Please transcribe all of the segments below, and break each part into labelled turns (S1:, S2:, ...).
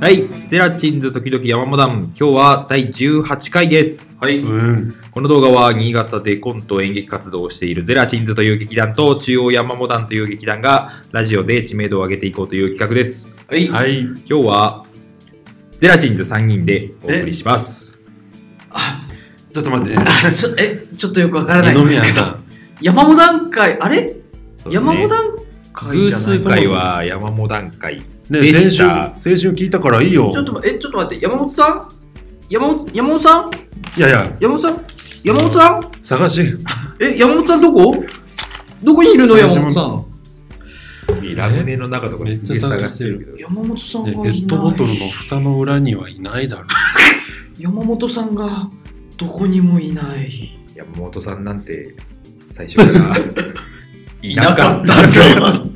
S1: はい、ゼラチンズ時々山モダン、今日は第18回です。
S2: はい。
S3: うん。
S1: この動画は新潟でコント演劇活動をしているゼラチンズという劇団と中央山モダンという劇団がラジオで知名度を上げていこうという企画です。
S2: はい。
S3: はい。
S1: 今日はゼラチンズ3人でお送りします。
S3: ちょっと待って。
S2: あちょえ、ちょっとよくわからないんですけど。
S3: ん。
S2: 山本段階、あれ
S1: そうね
S2: 山本段階
S1: 偶
S2: じゃない
S1: 数回は山モダン会。
S3: ね、
S1: で
S3: 先
S1: し
S3: 週、
S1: た
S3: 先週聞いたからいいよ
S2: ちょ。っと待って、え、ちょっと待って、山本さん山本、山本さん
S3: いやいや、
S2: 山本さん山本さん
S3: 探し。
S2: え、山本さんどこどこにいるの
S3: 私も
S2: 山本さん。
S1: ラムネの中とかすげえ探
S3: めっちゃ探
S1: し
S3: してて
S1: る
S3: る
S1: けど。
S2: 山本さん
S3: ね
S2: が
S3: ペ
S2: い
S3: ットボト
S2: な
S3: ル
S2: い。
S3: の蓋の裏にはいないだろ
S2: 山本さんがどこにもいない。
S1: 山本さんなんて最初からいなかった。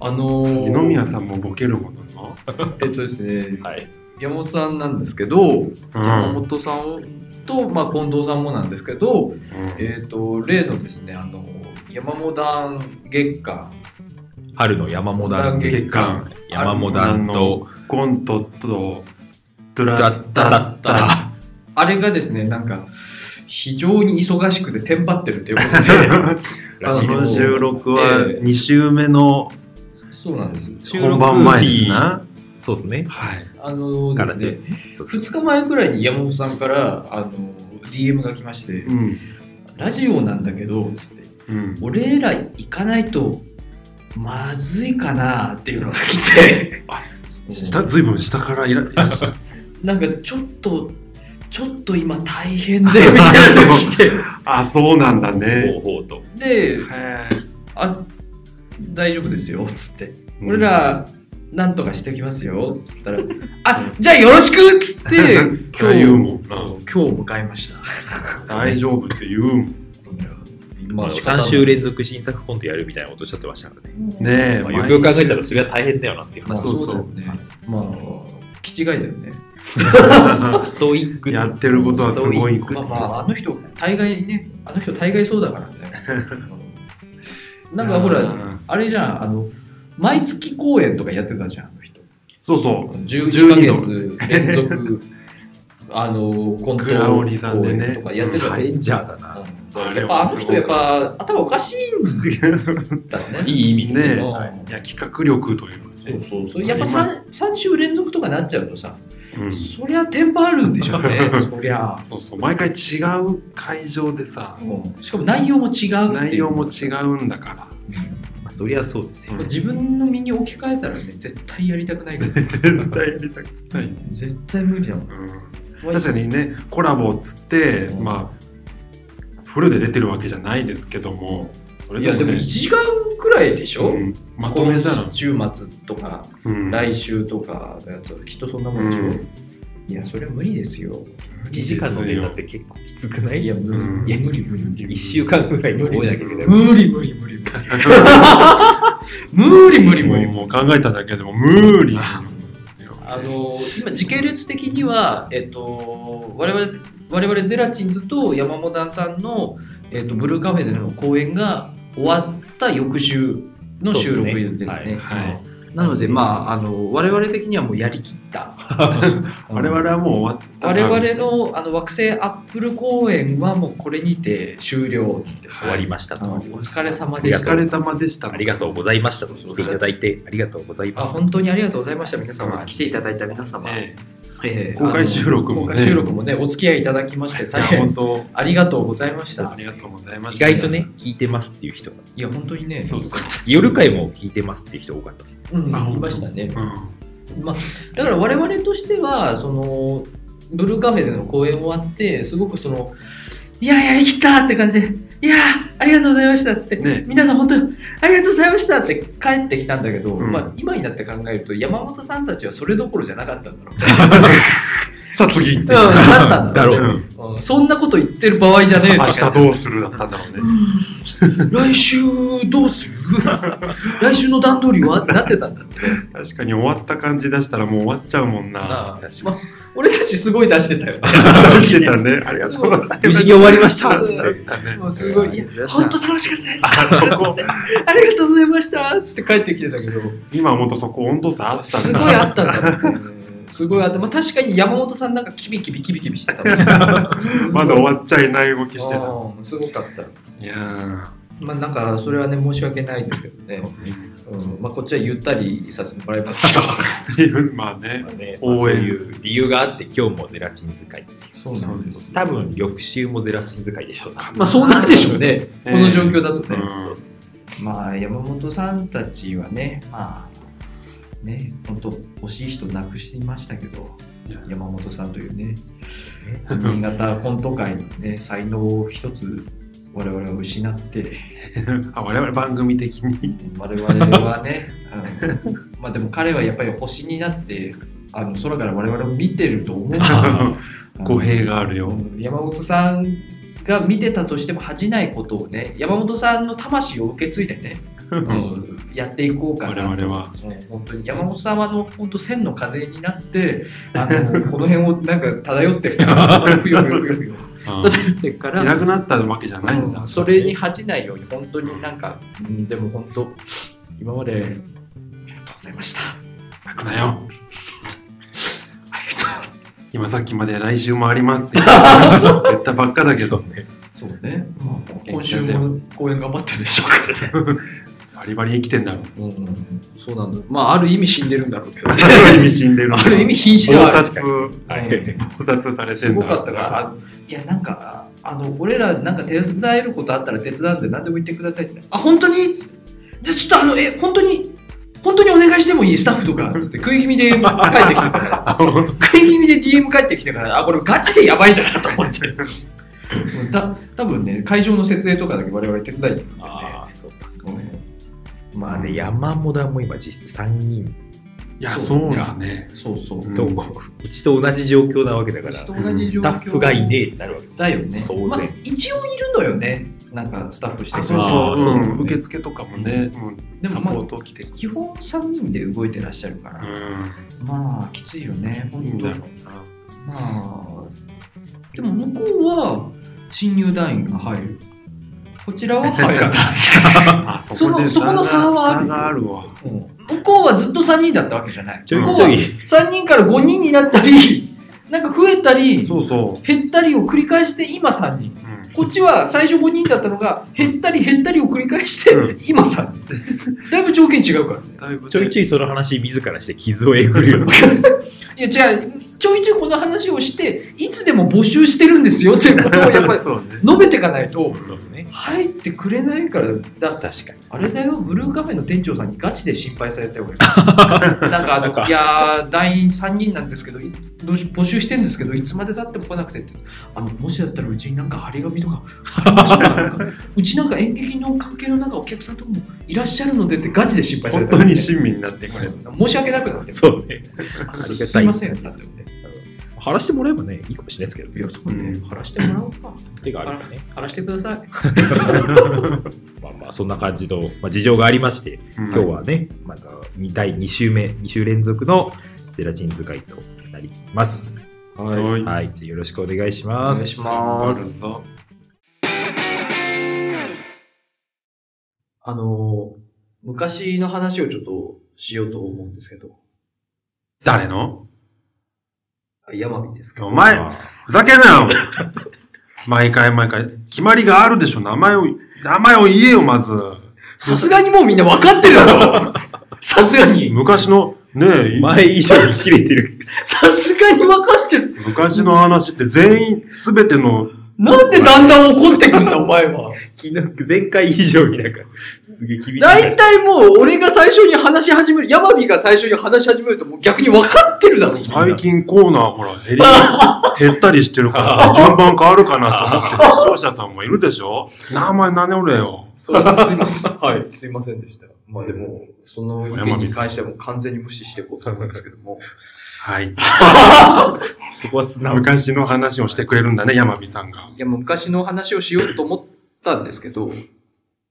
S2: あの
S3: う。
S2: ー、
S3: 二宮さんもボケるものの。
S2: えっとですね、
S1: はい
S2: 山本さんなんですけど、
S3: う
S2: 山。本さんと、まあ、近藤さんもなんですけど、えっ、と、例のですね、あの、山モダン月間、
S1: 春の山モダン月
S3: 月
S1: 間
S3: 間、
S1: 山モダンと、
S3: コントと、ド
S1: だっただっ。た。
S2: あれがですね、なんか、非常に忙しくてテンパってるということで、
S1: らしい
S3: こ
S1: で
S3: の
S1: す
S2: あ
S3: 収録は
S2: ええ
S3: 二週目の
S2: そうなんです。
S3: 本番前ですな。
S1: そうですね。
S3: はい。
S2: あのですね、
S1: そうそう
S2: 2日前くらいに山本さんから、あの、DM が来まして、
S3: うん。
S2: ラジオなんだけど、つって、
S3: うん。
S2: 俺ら行かないと、まずいかなっていうのが来て、
S3: 下、ずいぶん下からいらいらっしゃる。
S2: なんかちょっと、ちょっと今大変で、み たいなのが来て、
S3: あ、そうなんだね。
S1: 方法と。
S2: で、
S3: は
S2: あ大丈夫ですよつって、
S3: い
S2: 俺、らなんとかしておきますよつったら「あじゃあよろしく!」っ つって
S3: う
S2: 今
S3: ん
S2: 日
S3: あ言うもんな
S2: 今日迎えました
S3: 大丈夫って言うもん。
S2: まあ
S1: 3週連続新作コントやるみたいなことおっしゃってましたからね。
S3: ねえ、
S1: まあよくよく考えたら
S3: 毎
S1: それは大変だよなっていう
S2: まあ
S1: 話。
S2: そう
S3: そう
S2: だ
S3: そう
S2: よねまあ気違いだよね
S1: ストイック
S3: 週やってることはすごいこ
S2: まあ
S3: と
S2: まああの人大概ねあの人大概そうだからね うんなんかほ
S3: う
S2: らあれじゃんあの毎月公演とかやってたじゃんあの人
S3: そうそ
S2: 12ヶ月連続 あのコント
S3: グラオリさんでね
S2: 公演とかやってた
S1: チャ
S2: わけ
S1: レ
S2: で
S1: ン
S2: す
S1: ジャーだな。
S2: う
S3: ャー
S2: んやっぱあの人やっぱ頭おかしいんだ
S1: い
S2: ね。
S1: い意味で。
S3: う。ねえ、
S2: はい
S3: いや企画力というか
S2: そう
S3: ね
S2: そうそうやっぱ
S3: あり
S2: 3, 三週連続とかなっちゃうとさ、
S3: うん
S2: そりゃテンパるんでしょうね そりゃ、
S3: そうそう、毎回違う会場でさ、
S2: うんしかも内容も違うっていう
S3: 内容も違うんだか
S1: まあそりゃそうですよ
S3: う。ん
S2: 自分の身に置き換えたらね絶対やりたくない から
S3: ら、絶対やりたくない。
S2: 絶対無理だも
S3: う
S2: ん
S3: ん確かにね、コラボっつって、まあ、フルで出てるわけじゃないですけども、それ
S2: いやでも
S3: ね
S2: 1時間くらいでしょ、
S3: うんまとめた
S2: この
S3: ら、
S2: 週末とか
S3: うん
S2: 来週とかのやつはきっとそんなもんでしょ、
S3: うん
S2: いやそれは無理ですよ
S1: 1時間のネタって結構きつくない
S2: いや無理、
S3: うん
S2: いや無理無理無理
S1: 1週間ぐらいに覚えなきゃいけない。
S2: 無理無理無理無理無理無理無理
S3: もう考えただけでも無理。
S2: あの今時系列的には、えっと、我々我々ゼラチンズと山本ダンさんの、えっと、ブルーカフェでの公演が終わった翌週の収録ですね
S1: そうですね
S3: はいはい
S2: なのでまああの我々的にはもうやりきった
S3: 我々はもう終わった
S2: 我々のあの惑星アップル公演はもうこれにて終了つって、
S1: 終わりましたと。
S2: あのお疲れ様
S1: あり
S2: で
S1: が
S2: し
S1: と
S2: た
S1: う
S3: お疲れ様でした
S1: ありがとうございましたと来ていただいてありがとうござい
S2: あ
S1: ます。
S2: 本当にありがとうございました皆様来ていただいた皆様、
S3: え
S2: えー
S3: 公開収録もね
S2: あの公開収録もねお付き合いいただきまして
S3: えい
S2: 大
S3: や
S2: 変
S3: 本当
S2: ありがとうございまし
S3: あ
S2: た
S3: りがとうございま
S1: 意
S3: した
S1: 外とね、聞いてますっていう人が。
S2: いや本当にね
S3: そうそう
S1: 夜会も聞いてますっていう人多かったです。
S2: うん
S3: あ
S2: 来ましたね
S3: うん
S2: まあだから我々としてはそのブルーカフェでの公演終わってすごくそのいややりきったって感じでいやありがとうございましたっつって、
S3: ね
S2: 皆さん本当にありがとうございましたって帰ってきたんだけど、
S3: うん
S2: まあ、今になって考えると山本さんたちはそれどころじゃなかったんだろうね、
S3: さあ次行
S2: う
S3: っ
S2: ん、
S3: て
S2: だったんだ
S1: だ
S2: ろうね
S1: ろう
S3: うん
S2: うんそんなこと言ってる場合じゃね
S3: 明
S2: えとか
S3: 日どうするだったんだろうね
S2: うん来週どうする来週の段取りはってなってたんだって
S3: 確かに終わった感じ出したらもう終わっちゃうもんな。
S2: な。まあ、俺たちすごい出してたよね。
S3: 出してたね。ありがとうございます。
S1: 無事に終わりました
S2: そう
S3: だったね
S2: もうすごい、いや
S1: 出した、
S2: 本当楽しかったです。
S3: あそこ
S2: ありがとうございましたつって帰ってきてたけど、
S3: 今思うとそこ温度差あった
S2: す
S3: ん
S2: ご
S3: だ。
S2: いあったんだもんね。すごいあった。まあ、確かに山本さんなんかキビキビキビキビしてたもんね。
S3: まだ終わっちゃいない動きしてた。
S2: うんすごかった。
S3: いやー
S2: まあ、なんか、それはね、申し訳ないですけどね。うん、まあ、こっちはゆったりさせてもらいますよ。
S3: まあね。
S1: 応
S3: 応
S1: 援
S3: 援
S1: いう理由があって今日もゼラチン使い
S2: そ
S3: そうそう
S1: 多分翌週もゼラチン使いでしょうな
S2: まあ、そうなんでしょうね。この状況だとね。
S3: うん
S1: そうそう
S2: まあ山本さんたちはね、まあね、本当欲しい人なくしていましたけど、山本さんというね、新潟コント界のね才能を一つ我々は失って、
S3: あ我々番組的に。
S2: 我々はね、あのまあでも彼はやっぱり星になって。あの空から我々を見てると思うから
S3: 語弊があるよ
S2: うん山本さんが見てたとしても恥じないことをね山本さんの魂を受け継いでね、うんやっていこうか
S3: 我
S2: な
S3: 々は。
S2: その本当に山本さんはあの本当線の風になってあのこの辺をなんか漂ってるからふよふよふよふよ
S3: うん
S2: 漂ってるか
S3: いな
S2: ら
S3: くなったわけじゃないん
S2: う
S3: だ。
S2: んそれに恥じないように本当になんか、うんでも本当今までありがとうございました
S3: 泣くなよ。 今さっきまで来週もありますよ。言ったばっかだけど、
S2: そうね、まあ
S3: 元
S2: 今
S3: 気出
S2: 週
S3: せよ
S2: も公演頑張ってるでしょうからね
S3: バリバリ生きてんだろう。
S2: うんうん、そうなんだ。まあ、ある意味死んでるんだろうけど、ね、
S3: ある意味死んでる の。
S2: ある意味瀕死で
S3: 盗
S2: はある
S3: 撮、盗撮されて
S2: す
S3: んだ。
S2: ごかったから、あいや、なんか、あの、俺らなんか手伝えることあったら手伝うんで何でも言ってくださいっつって、あ、本当にじゃあちょっとあの、え、本当に、本当にお願いしてもいいスタッフとか、つって食い気味で帰ってきたから、
S3: あ本
S2: 食い気味で DM 帰ってきたから、あ、これガチでやばいんだなと思って。 うんた多分ね、会場の設営とかだけ我々手伝いに行くん
S1: ああそうか
S2: でね。うんま
S1: あ
S2: あ
S1: れ
S2: ね、
S1: 山本はもう今実質3人
S3: 当いや、
S2: そう
S3: そうだね。
S2: そうそう。
S3: うん
S1: と、うちと同じ状況なわけだから
S2: 私
S1: ス
S2: と
S1: タ
S2: 同じ状況
S1: ッフがいねえってなるわけです
S2: だよね。
S1: 当然
S2: まあ、一応いるのよね。なんかスタッフして
S3: あ
S2: く
S3: そう
S2: れる。
S3: そう
S1: あーそう
S3: う
S1: ですね
S3: ん受付とかもね、うん
S2: でも
S3: サ
S2: ま
S3: ポ
S2: あ
S3: ート来て。
S2: 基本3人で動いてらっしゃるから、まあきついよね、
S3: う
S2: 本
S3: ん、いいん
S2: 当
S3: だろ
S2: まあ、でも向こうは新入団員が入る。こちらは入ら
S3: う
S2: ない。
S3: な。あ、そこで
S2: そのそこの差はある
S3: 差があるわ。
S2: うん向こうはずっと3人だったわけじゃない。
S1: ちょ
S2: 向こ
S1: いうちょ
S2: はい3人から5人になったり、なんか増えたり、
S3: そうそう。
S2: 減ったりを繰り返して今3人。こっちは最初5人だったのが減ったり減ったりを繰り返して
S3: う
S2: 今3人。だいぶ条件違うから。
S3: だいぶね
S1: ちょいちょいその話自らして傷をえぐるようない
S2: や、じゃあ、ちょいちょいこの話をして、いつでも募集してるんですよっていうことをやっぱ り
S3: そうね。
S2: 述べていかないと、
S1: ね
S2: 入ってくれないから、
S1: 確
S2: だ
S1: かに
S2: あれだよ、ブルーカフェの店長さんにガチで心配されたよ、俺なんかあ
S1: なんか
S2: の、いやー、団員3人なんですけど、いどうし募集してるんですけど、いつまでたっても来なくてって、あのもしだったらうちになんか張り紙とか、貼りましょうかなんかうちなんか演劇の関係のなんかお客さんとかもいらっしゃるのでって、ガチで心配され
S3: 本
S2: た
S3: 当
S2: よ
S3: に親身になってくれる。
S2: 申し訳なくなって、
S1: そうねあ
S2: あ
S1: りがたい
S2: すすいませんって言って
S1: 晴らしてもらえばねいいかもしれないですけ
S2: い
S1: ど
S2: や、
S1: ね
S2: そうね
S3: うん。
S2: 晴らしてもらおうか。
S1: 手があるから ね
S2: 晴らしてください。
S1: まあまあそんな感じの、まあ、事情がありまして
S3: 今
S1: 今日はね、またに第2週目、2週連続のゼラチン使いとなります。
S3: はいはい
S1: はい、じゃあよろしくお願いし
S2: お
S1: ま
S2: 願い
S1: す。
S2: しま
S3: ある
S2: す。
S3: ぞ。
S2: あの、昔の話をちょっとしようと思うんですけど、
S3: 誰の
S2: 山美ですか
S3: お前、ふざけんな よ毎回毎回、決まりがあるでしょ名前を、名前を言えよ、まず。
S2: さすがにもうみんな分かってるだろ さすがに。
S3: 昔の、ねえ、
S1: 前以上に切れてる。
S2: さすがに分かってる。
S3: 昔の話って全員、すべての、
S2: なんでだんだん怒ってくんだ、お前は。
S1: 昨日、前回以上になんか、すげえ厳しい。
S2: 大体もう俺が最初に話し始める、山美が最初に話し始めるともう逆に分かってるだろ。
S3: 最近コーナー、ほら、 減り、減ったりしてるからさ、順番変わるかなと思ってる視聴者さんもいるでしょ名前何ねおれよ。
S2: そうです。すいません。 はい。すいませんでした。まあでも、その意見に関してはもう完全に無視していこうと思うんですけども。
S3: はい。
S1: そこは素直に。
S3: 昔の話をしてくれるんだね、山美さんが。
S2: いや、もう昔の話をしようと思ったんですけど、
S4: ちょっ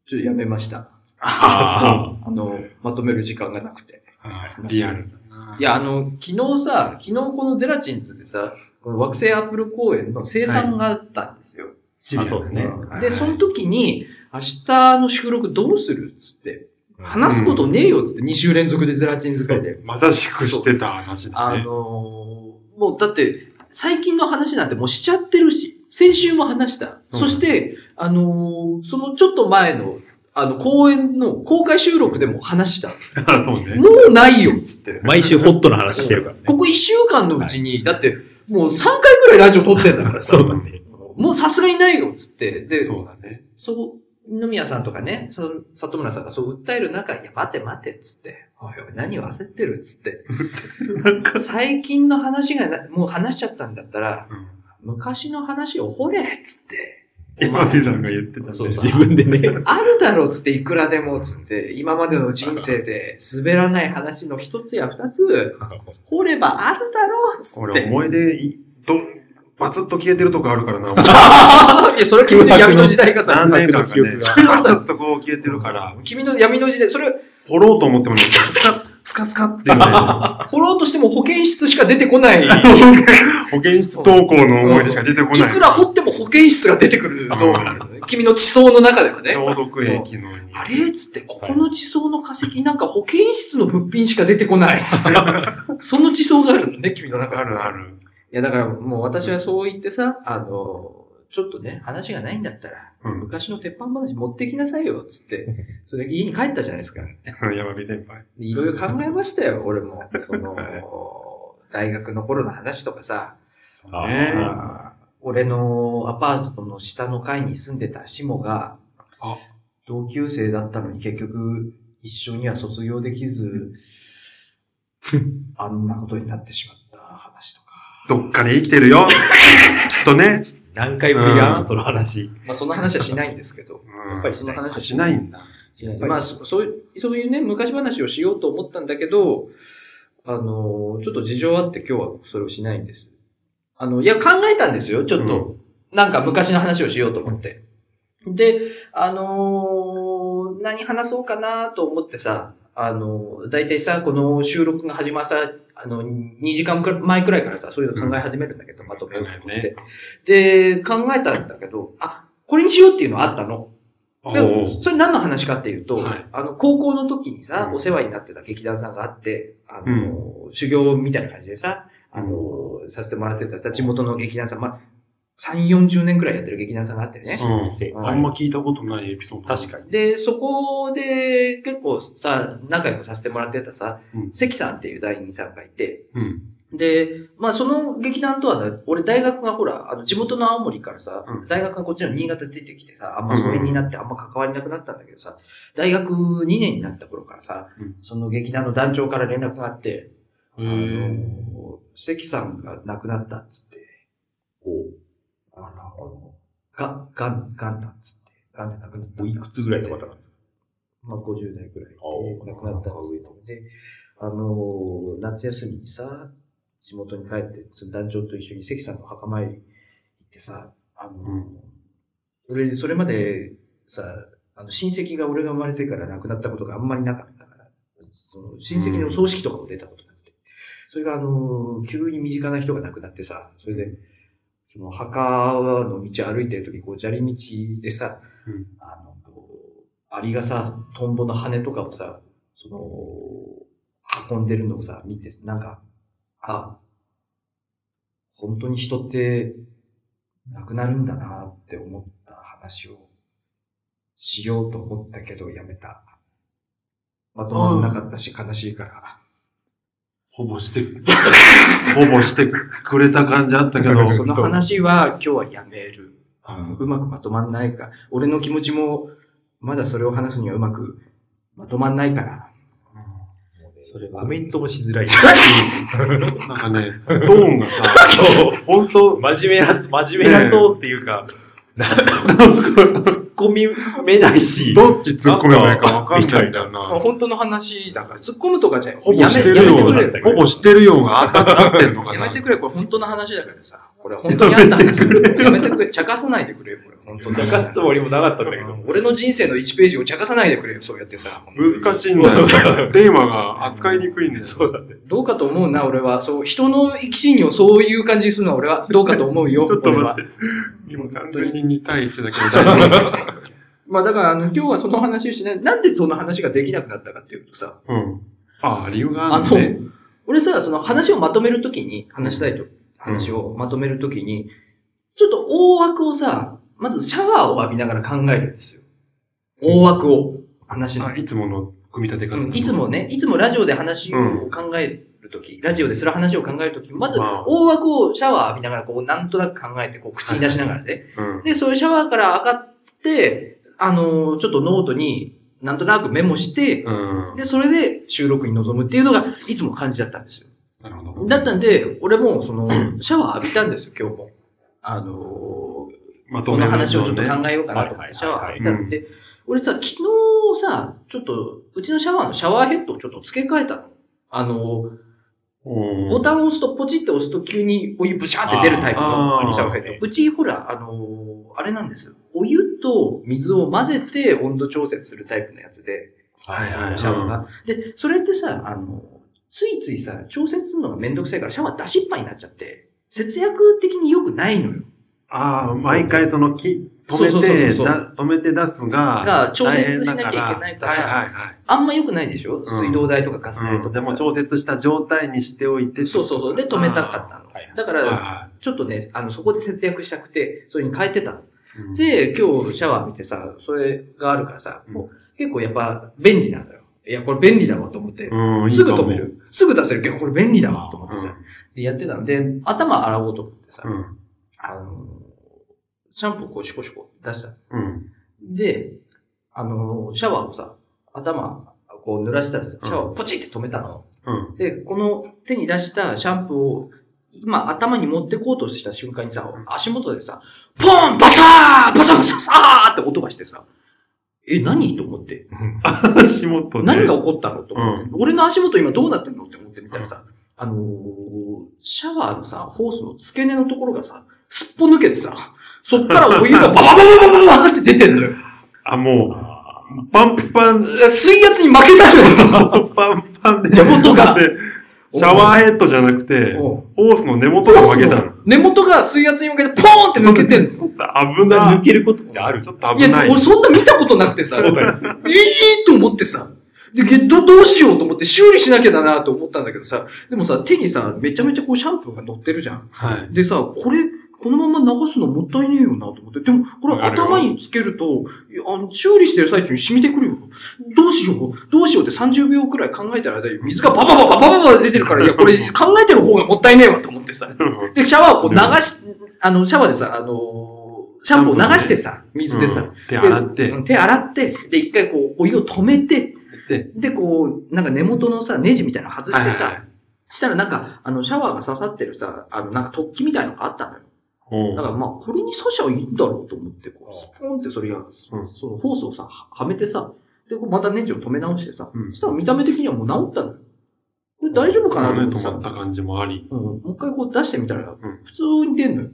S4: とやめました。
S3: あ
S4: あの、まとめる時間がなくて。
S3: あ
S4: そう
S3: リアルだな。
S2: いや、あの、昨日さ、昨日このゼラチンズでさ、この惑星アップル公演の生産があったんですよ。
S3: シリアルだな、
S1: あそうですね
S3: はい
S2: で、その時に、明日の収録どうするっつって、
S1: 話
S2: 話すことねえよっつって、2週連続でゼラチンズ会で。
S3: まさしくしてた話
S2: あ
S3: だ
S2: のー
S3: ね。
S2: もうだって、最近の話なんてもうしちゃってるし、先週も話した。
S3: そう
S2: そして、あのーそのちょっと前の、あの、公演の公開収録でも話した。
S3: そうね。
S2: もうないよっつって。
S1: 毎週ホットな話してるからね。
S2: ここ1週間のうちに、だって、もう3回ぐらいラジオ撮ってんだからさ
S1: そ。うだね。
S2: もうさすがにないよっつって。で、
S3: そうだね。
S2: そう、二宮さんとかね、そ里村さんがそう訴える中、いや、待て待てっつって、おいおい、何を焦ってるっつ って。最近の話がな、もう話しちゃったんだったら、
S3: うん
S2: 昔の話を掘れっつって。
S3: 今ピさんが言ってたね。
S2: そうそう
S1: 自分でね。
S2: あるだろうっつって、いくらでもっつって、今までの人生で滑らない話の一つや二 つ、掘ればあるだろうっつっ
S3: 俺
S2: て。
S3: 思い出い、ど、バツッと消えてるとこあるからな。
S2: いや、それは君の闇の時代がさ
S3: 何、年間か
S1: 記憶
S3: ね、
S1: が
S3: バツッとこう消えてるから、
S2: 君の闇の時代、それ、
S3: 掘ろうと思ってもね、スカッ、スカスカっていうね、
S2: 掘ろうとしても保健室しか出てこない。
S3: 保健室登校の思い出しか出てこない。
S2: いくら掘っても保健室が出てくるゾーンがあるのね。君の地層の中ではね。
S3: 消毒液のに。
S2: あれっつって、ここの地層の化石なんか保健室の物品しか出てこないっつ って。その地層があるのね、君の中
S3: あ
S2: に
S3: るある。
S2: いや、だからもう私はそう言ってさ、あの、ちょっとね、話がないんだったら、
S3: うん。
S2: 昔の鉄板話持ってきなさいよ、っつって。それ家に帰ったじゃないですか。
S3: 山火先輩。
S2: いろいろ考えましたよ、俺も。その、大学の頃の話とかさ。
S1: あ
S3: ね
S1: ー
S2: あー 俺のアパートの下の階に住んでたシモが
S3: あ、
S2: 同級生だったのに結局一緒には卒業できず、あんなことになってしまった話とか。
S3: どっかで生きてる よ。きっとね。
S1: 何回ぶりや
S3: うん
S1: ん、その話。
S2: まあその話はしないんですけど。
S3: や
S1: っぱり
S2: その話は
S3: しないんだ。
S2: しないまあそそういう、そういうね、昔話をしようと思ったんだけど、あのー、ちょっと事情あって今日はそれをしないんです。あの、いや、考えたんですよ、ちょっと。なんか昔の話をしようと思って。で、あのー何話そうかなと思ってさ、あのー、大体さ、この収録が始まるさ、あの、2時間くらい前くらいからさ、そういうの考え始めるんだけど、まとめようと思って。で、考えたんだけど、あ、これにしようっていうのはあったの。
S3: お
S2: でも
S3: ー
S2: それ何の話かっていうと、
S3: はい
S2: あの、高校の時にさ、
S3: うん
S2: お世話になってた劇団さんがあって、あの、修行みたいな感じでさ、あの、させてもらってたさ、地元の劇団さん、まあ、3、40年くらいやってる劇団さんがあってね。
S3: うん
S1: 先
S3: あ
S1: 輩
S3: んま聞いたことないエピソード。
S1: 確かに。
S2: で、そこで結構さ、仲良くさせてもらってたさ、
S3: うん
S2: 関さんっていう第二さんがいて、
S3: に。うん。
S2: で、まあその劇団とはさ、俺大学がほら、あの地元の青森からさ、
S3: うん
S2: 大学がこっちの新潟出てきてさ、あんま疎遠になってあんま関わりなくなったんだけどさ、大学2年になった頃からさ、
S3: うん
S2: その劇団の団長から連絡があって、あ
S3: へ
S2: の、関さんが亡くなったっつって、あの、が、がん、がんだっつって、がんで亡くなった
S1: おいくつぐらいの方なんですか
S2: まあ、50代ぐらいで
S1: あお
S2: 亡くなったんですけどで、あのー夏休みにさ、地元に帰って、その団長と一緒に関さんの墓参り行ってさ、あのー
S3: うん
S2: 俺、それまでさ、あの親戚が俺が生まれてから亡くなったことがあんまりなかったから、その親戚の葬式とかも出たことなくて、それがあのー急に身近な人が亡くなってさ、それで、その墓の道歩いてる時、こう砂利道でさ、
S3: うん
S2: あの、こうアリがさ、トンボの羽とかをさ、その、運んでるのをさ、見て、なんか、あ、本当に人って亡くなるんだなって思った話をしようと思ったけどやめた。まとまんなかったし悲しいから。
S3: ほぼして、ほぼしてくれた感じあったけど。
S2: その話は今日はやめる。
S3: うん
S2: うまくまとまんないか。俺の気持ちもまだそれを話すにはうまくまとまんないから。
S1: それコメントもしづらい。
S3: なんかね、トーンがさ、本当
S1: 真面目な、真面目なとっていうか、突っ込み目ないし、
S3: どっち突っ込めばいいかわかんないんだよな。
S2: 本当の話だから、突っ込むとかじゃ
S3: ほぼしてる
S2: や
S3: よ
S2: め
S3: う
S2: て
S3: な
S2: くれよ。
S1: よ
S3: ほぼしてるようが当たってんのか
S2: や
S3: な。
S2: めてくれ、これ本当の話だからさ。これ本当にあった話。やめてくれ、茶化さないでくれよ、これは。本当
S1: ちゃかすつもりもなかったんだけど。
S2: 俺の人生の1ページを茶化さないでくれよ、そうやってさ。
S3: 難しいんだよ。テーマが扱いにくいんだよ。
S1: そうだね。
S2: どうかと思うな、俺は。そう、人の生き死にをそういう感じにするのは俺はどうかと思う よ。
S3: ちょっと
S2: 俺は
S3: 待って。今完全に2対1だけど大丈
S2: まあだから、あの、今日はその話をしない。なんでその話ができなくなったかっていうとさ、
S3: 夫。うん。ああ、理由があ
S2: あ
S3: る
S2: の
S3: のね。、
S2: 俺さ、その話をまとめるときに、話したいと、話をまとめるときに、ちょっと大枠をさ、まずシャワーを浴びながら考えるんですよ。大枠を、話の
S3: あ。いつもの組み立て方。
S2: うんいつもね、いつもラジオで話を考えるとき、ラジオでする話を考えるとき、まず
S3: まあ
S2: 大枠をシャワー浴びながら、こう、なんとなく考えて、こう、口に出しながらね。
S3: うん。
S2: で、そういうシャワーから上がって、あのーちょっとノートになんとなくメモして、
S3: うん。
S2: で、それで収録に臨むっていうのが、いつも感じだったんですよ。
S3: なるほど。
S2: だったんで、俺も、その、シャワー浴びたんですよ、今日も。あのー
S3: まと
S2: こ
S3: め
S2: の
S3: るのね
S2: 話をちょっと考えようかなと思って、シャワー浴びたんで、俺さ、昨日さ、ちょっと、うちのシャワーのシャワーヘッドをちょっと付け替えたの。あの、
S3: うん
S2: ボタンを押すと、ポチって押すと急にお湯ブシャーって出るタイプの
S3: あー
S2: シャワーヘッド。うち、ほら、あの、あれなんですよ。お湯と水を混ぜて温度調節するタイプのやつで、
S3: はいはいはい。
S2: シャワーが。で、それってさ、あの、ついついさ、調節するのがめんどくさいから、シャワー出しっぱになっちゃって、節約的に良くないのよ。
S3: ああ、毎回その木、止
S2: そ
S3: め
S2: うそうそう
S3: て、
S2: そう
S3: だ止めて出すが、
S2: が調節しなきゃいけないから
S3: 大変だはいはいはい。
S2: あんま良くないでしょ
S3: ん
S2: 水道代とかガス代と
S3: うんで
S2: か
S3: も
S2: さ。
S3: 調節した状態にしておいて。
S2: そうそうそう。で、止めたかったの。
S1: はいはい
S2: だか
S3: はい
S2: ら、
S3: は
S2: ちょっとね、あの、そこで節約したくて、それに変えてたの。
S3: いうん
S2: で、今日シャワー見てさ、それがあるからさ、
S3: うん
S2: もう結構やっぱ便利なんだよ。いや、これ便利だわと思って。
S3: うん
S2: すぐ止め。る。すぐ出せるけど、これ便利だわと思ってさ。で、やってたんで、頭洗おうと思ってさ
S3: う、ん。
S2: あの、シャンプーこうシコシコ出したの。
S3: うん。
S2: で、あの、シャワーをさ、頭、こう濡らしたらさ、シャワーをポチって止めたの。
S3: うん。
S2: で、この手に出したシャンプーを、今頭に持ってこうとした瞬間にさ、足元でさ、ポーンバサーバサバササーって音がしてさ、え、何と思って。
S3: うん。足元で。
S2: 何が起こったのと思って、
S3: う
S2: 俺の足元今どうなってんのって思ってみたらさ、あのー、シャワーのさ、ホースの付け根のところがさ、すっぽ抜けてさ、そっからお湯がバババババババって出てんのよ。
S3: あ、もう、パンパン、
S2: 水圧に負けたのよ。
S3: パンパンで。
S2: 根元が
S3: で、シャワーヘッドじゃなくて、
S2: お
S3: ホースの根元が負けたの。
S2: 根元が水圧に負けてポーンって抜けてんの。
S3: ちょっと危な
S1: 抜けることってある
S3: い。ちょっと
S2: い
S3: 危
S2: や、
S3: ない。
S2: 俺そんな見たことなくてさ、え
S1: そう
S2: え
S1: だよね。
S2: と思ってさ、で、ゲットどうしようと思って修理しなきゃだなと思ったんだけどさ、でもさ、手にさ、めちゃめちゃこうシャンプーが乗ってるじゃん。
S3: はい。
S2: でさ、これ、このまま流すのもったいねえよなと思って。でも、これ
S3: わかるよ
S2: 頭につけると、いやあの修理してる最中に染みてくるよ。どうしよう、どうしようって30秒くらい考えたら、水がバババババババ出てるから、いや、これ考えてる方がもったいねえわと思ってさ。で、シャワーをこう流し、あの、シャワーでさ、あのー、シャンプーを流してさ、水でさ、
S3: うん。手洗って
S2: う、ん手洗って、で、一回こう、お湯を止めて、
S3: で、
S2: で、こう、なんか根元のさ、ネジみたいなの外してさ、
S3: はいはいはい
S2: したらなんか、あの、シャワーが刺さってるさ、あの、なんか突起みたいのがあったのよ。
S3: おう
S2: だからまあ、これに刺しゃいいんだろうと思って、こう、スポーンってそれや、
S3: うん
S2: そのホースをさ、ははめてさ、で、こうまたネジを止め直してさ、
S3: うん
S2: そしたら見た目的にはもう治ったのよ。これ大丈夫かなと思っ
S3: 止
S2: て
S3: ま
S2: さ
S3: っ、た感じもあり。
S2: うん、もう一回こう出してみたら
S3: ん、
S2: 普通に出んのよ。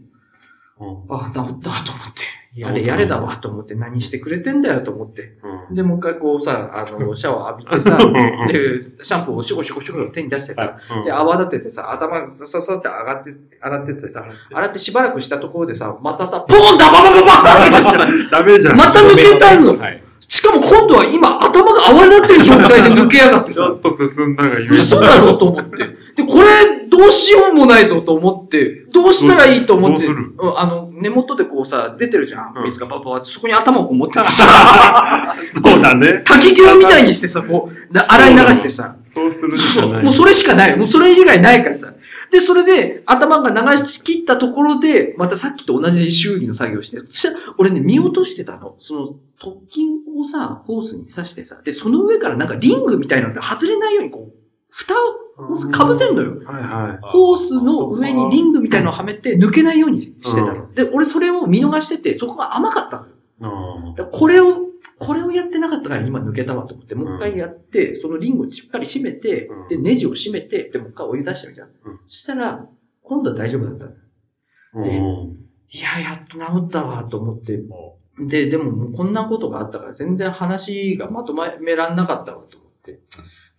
S3: うん。
S2: あ、治ったと思って。やれやれだわと思って、何してくれてんだよと思って。
S3: うん
S2: で、もう一回こうさ、あの、シャワー浴びてさ、
S3: うん
S2: で、シャンプーをシュコシュコシュコ手に出してさ、
S3: うん
S2: で、泡立ててさ、頭がさささって上がって、洗ってってさ、洗ってしばらくしたところでさ、またさ、ポーンダバババババってさ、
S3: ダメじゃん。
S2: また抜けたの
S1: はい。
S2: しかも今度は今、頭が泡立ってる状態で抜けやがって
S3: ちょ
S2: さ、
S3: っと進んだがゆえに
S2: 嘘だろうと思って。で、これ、どうしようもないぞと思って、どうしたらいいと思って、
S3: どうする
S2: うんあの、根元でこうさ、出てるじゃん
S3: う。ん
S2: 水がバババって、そこに頭をこう持ってさ、
S3: そうだね。
S2: 滝球みたいにしてさ、こう、な洗い流してさ、
S3: そうするし
S2: そ
S3: か
S2: う
S3: ない。
S2: もうそれしかない。もうそれ以外ないからさ。で、それで、頭が流し切ったところで、またさっきと同じ修理の作業して、そしたら俺ね、見落としてたの。その、突起をさ、ホースに刺してさ、で、その上からなんかリングみたいなので外れないように、こう、蓋をかぶせんのよ。
S3: はいはい。
S2: ホースの上にリングみたいのをはめて、抜けないようにしてたの。で、俺それを見逃してて、そこが甘かったの。
S3: うん
S2: でこれを、これをやってなかったから今抜けたわと思って、もう一回やって、そのリングをしっかり締めて、
S3: うん
S2: で、ネジを締めて、で、もう一回お湯出してみたの
S3: うん。
S2: したら、今度は大丈夫だったの。
S3: うん
S2: いや、やっと治ったわ、と思って。で、でももうこんなことがあったから全然話がまとめらんなかったわ、と思って。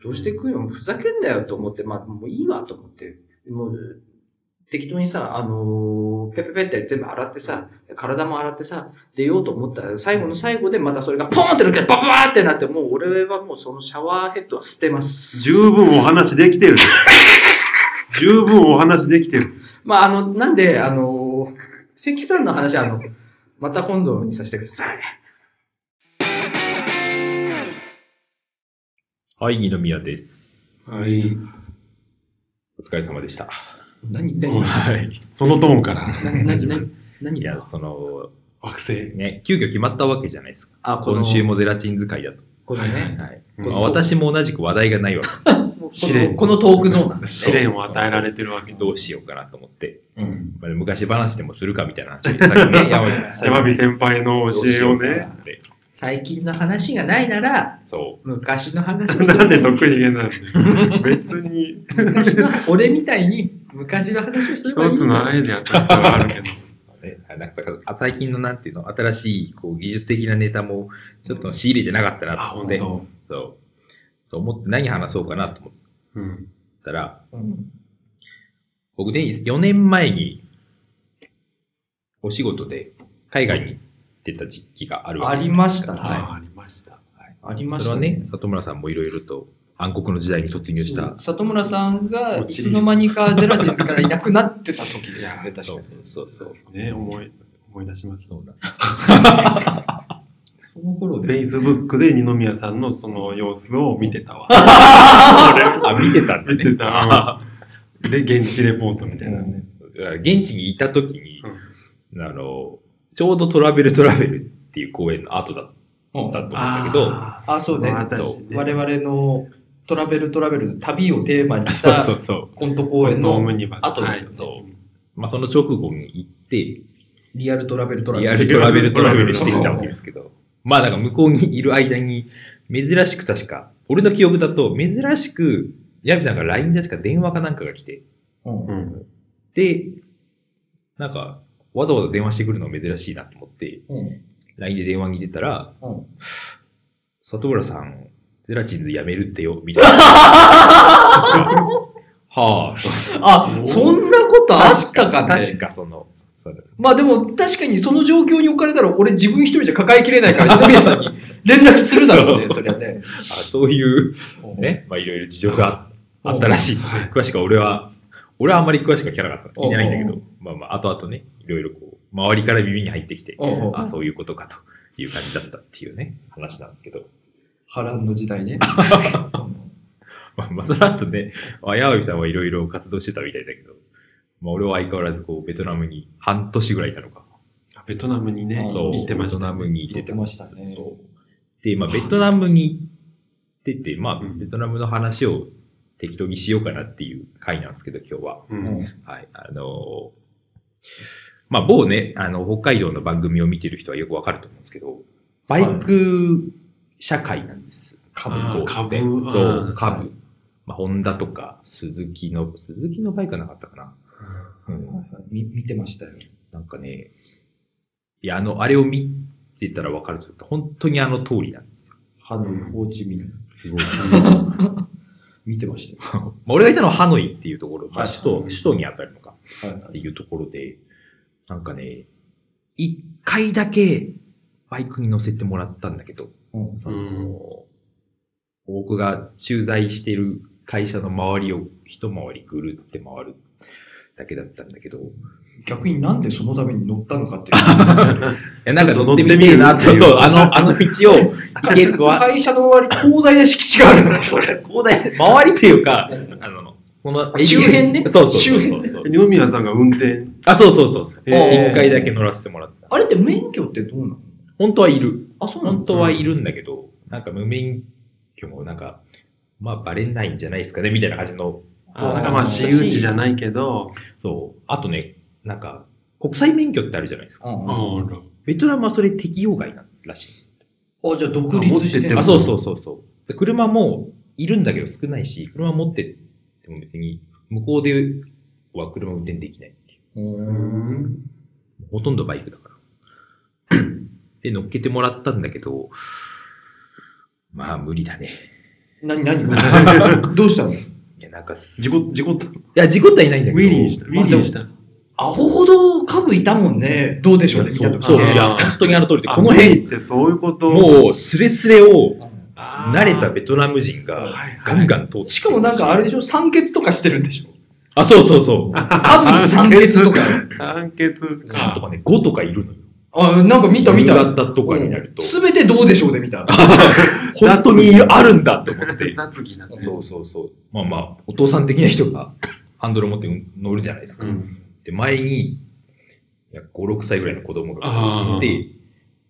S2: どうしてくんよ、ふざけんなよ、と思って、まあ、もういいわ、と思って。もう、適当にさ、あのーペペペって全部洗ってさ、体も洗ってさ、出ようと思ったら、最後の最後でまたそれがポーンって抜けて、バババーってなって、もう俺はもうそのシャワーヘッドは捨てます。
S5: 十分お話できてる。十分お話できてる。
S2: まあ、あの、なんで、あのー、関さんの話は、あの、また今度にさせてください。
S1: はい、二宮です。
S2: はい。
S1: お疲れ様でした。
S2: 何、何、
S1: はい。
S5: そのトーンから。
S2: 何、何、何、何
S1: いや
S2: が、
S1: その、
S3: 惑星。
S1: ね、急遽決まったわけじゃないですか。
S2: あ、この、
S1: 今週もゼラチン使いだと。
S2: このね、
S1: はい。
S5: う
S1: ま
S5: ん
S1: あ私も同じく話題がないわけです。
S2: こ
S3: 試練
S2: のこのトークゾーンなんです
S3: 試
S2: ね。
S3: 練を与えられてるわけ。
S1: どうしようかなと思って。
S2: うん。
S1: まあ、昔話でもするかみたいな話で。さっき ね、山口さん
S5: 山火先輩の教えをね。。
S2: 最近の話がないなら、
S1: そ
S2: 昔の 話をする
S5: なんで得意げなんだよ。別 に、
S2: 昔の、俺みたいに昔の話をすればいい
S5: 一
S2: ん
S5: つの
S2: だ。
S5: アイデアとしてはある けど。
S1: う。ね、なんかあ最近のなんていうの、新しいこう技術的なネタもちょっと仕入れてなかった
S3: あ、
S1: なと思
S3: 本
S1: って、
S3: 当。
S1: そう。と思って何話そうかなと思っ
S5: うん。
S1: たら、
S2: うん
S1: 僕ね、4年前にお仕事で海外に行ってた時期がある
S2: あり
S1: ま
S2: ました
S3: あ
S2: ね。
S3: あ、ありました。
S2: ありまし
S1: それ
S2: た
S1: はね、里村さんもいろいろと暗黒の時代に突入した。
S6: 里村さんが
S3: 落
S6: い
S3: ち
S6: つの間にかゼラチンズからいなくなってた時
S3: い
S6: ですよ
S3: や
S6: ね、確か
S1: そう
S6: に。
S1: そうそう
S3: そ
S1: そうう
S3: で。すね。思い、思い出します。
S1: そうだ
S2: その頃で。
S3: Facebook で二宮さんのその様子を見てたわ。
S1: あ、見てたんだ
S3: 見
S1: ね
S3: て。た。で、現地レポートみたいなね。
S1: だから現地にいた時に、あの、ちょうどトラベルトラベルっていう公演の後だったと思うんだけど、
S3: ー
S6: あそうね
S3: 私ね
S6: 我々のトラベルトラベル旅をテーマにし
S1: そうそ
S6: た
S1: うそう。
S6: コント公演
S3: ノー
S6: の
S3: ムニバス。
S6: あとですよ
S3: はい
S1: そうまあ、その直後に行って、
S6: リアルトラベルトラベ
S1: リア
S6: ル。
S1: ルトラベルトラベルしてきたわけですけど、 まあ、だから向こうにいる間に、珍しく確か、俺の記憶だと、珍しく、ヤビさんが LINE で確か電話かなんかが来て、
S6: うん
S3: うん。
S1: で、なんか、わざわざ電話してくるのは珍しいなと思って、
S6: うん。
S1: LINE で電話に出たら、
S6: うん
S1: 里村さん、ゼラチンズやめるってよ、み たいな。はあ、
S6: あ、そんなことあったかね。
S1: 確かその、それ
S6: まあでも確かにその状況に置かれたら俺自分一人じゃ抱えきれないから、二宮さんに 連絡するだろうね、そりゃね。
S1: あそういう、ね、まあいろいろ事情がああったらしい。
S3: はい
S1: 詳しくは俺は、俺はあんまり詳しくは聞かなかった。聞いてないんだけ
S6: う
S1: ど、まあまあ、後々ね、いろいろこう、周りから耳に入ってきて、
S6: うんうんうん
S1: あそういうことかという感じだったっていうね、話なんですけど。
S6: 波乱の時代ね。
S1: まあ、まあ、その後ね、あやわびさんはいろいろ活動してたみたいだけど、まあ、俺は相変わらず、こう、ベトナムに半年ぐらいいたのか。
S3: ベトナムにね、
S6: あ
S1: そう、
S3: 行ってま
S1: ベ
S3: し
S1: ト
S3: た
S1: ナ。ムに行って
S6: 出てましたね。
S1: で、まあ、ベトナムに行ってて、ま
S3: う
S1: あ、
S3: ん
S1: ベトナムの話を適当にしようかなっていう回なんですけど、今日は。
S3: う
S6: うんん。
S1: はい。あのーまあ、某ね、あの、北海道の番組を見てる人はよくわかると思うんですけど、バイク社会なんです。
S3: 株あー
S1: 株
S3: 株
S1: そ
S3: うん
S1: う、株。まあ、ホンダとか、鈴木の、鈴木のバイクはなかったかな。うん。
S6: み見てましたよ。
S1: なんかね、いや、あの、あれを見てたらわかると思うけど本当にあの通りなんですよ。
S6: ハノイ、ホーチミン。
S1: すごい。
S6: 見てましたよ。
S1: まあ、俺がいたのはハノイっていうところ、ま
S6: は
S1: あ、
S6: い
S1: 首都、首都にあたるのか
S6: はいは
S1: っ
S6: い
S1: ていうところで、なんかね、一回だけバイクに乗せてもらったんだけど、
S6: うん
S1: その
S3: うん
S1: 僕が駐在してる会社の周りを一回りぐるって回るだけだったんだけど、い
S6: 逆になんでそのために乗ったのかって。
S1: や、なんか
S3: ちょっと
S1: 乗ってみてえなっていう、
S3: 乗ってみる
S1: そう、あの、 あの道を行けるは、
S6: 会社の周り、広大な敷地があるの、それ。
S1: 広大、周りっていうか、あの、この、
S6: 周辺ね
S1: そうそうそ
S6: 周
S1: う
S6: 辺
S1: そうそう。
S3: 二宮さんが運転。
S1: あ、そうそうそうそう。一、
S3: えー
S1: 回だけ乗らせてもらった。
S6: あれって免許ってどうなの
S1: 本当はいる。
S6: あ、そうなの
S1: 本当はいるんだけど、なんか無免許もなんか、まあバレないんじゃないですかね、みたいな感じの。
S3: あーなんかまあ、私有地じゃないけど、
S1: そう。あとね、なんか、国際免許ってあるじゃないですか。
S6: うんうん
S3: あら
S1: ベトナムはそれ適用外なんらしいです。
S6: あ、じゃあ独立してん
S3: で
S6: の
S3: も
S1: あ、そうそうそうそう。で車もいるんだけど少ないし、車持ってっても別に、向こうでは車運転できないっていう。
S6: うーん
S1: ほとんどバイクだ から。で、乗っけてもらったんだけど、まあ無理だね。
S2: なになにどうしたの
S1: いや、なんかす、
S3: 事
S1: い
S3: 故、事故った。ウ
S1: や、事故ったはいないんだけど。
S3: ィリーした。ウィリーした。
S2: アホほど株いたもんね。どうでしょうね、見たとき
S1: そう、い
S2: ね。
S1: や、本当にあの通りで、
S3: あ
S1: この
S3: ウィ
S1: 辺
S3: リー、ってそういうこと。う、
S1: もうスレスレを慣
S3: 慣
S1: れたベトナム人が
S3: はい
S1: ガンガン通って。
S2: しかもなんかあれでしょ酸欠とかしてるんでしょ
S1: あ、そうそうそう。
S2: 株に酸欠とか。
S3: 酸欠
S1: 3と
S3: か。
S1: かね、5とかいるのよ。
S2: あ、なんか見た見た
S1: 夕。方とかになると、
S2: すべてどうでしょうで見た。
S1: 本当にあるんだと思って。
S3: 雑技なね。
S1: そうそうそう。まあまあ、お父さん的な人がハンドル持って乗るじゃないですか。
S3: うん。
S1: で、前に、いや5、6歳ぐらいの子供が
S3: あ
S1: いて、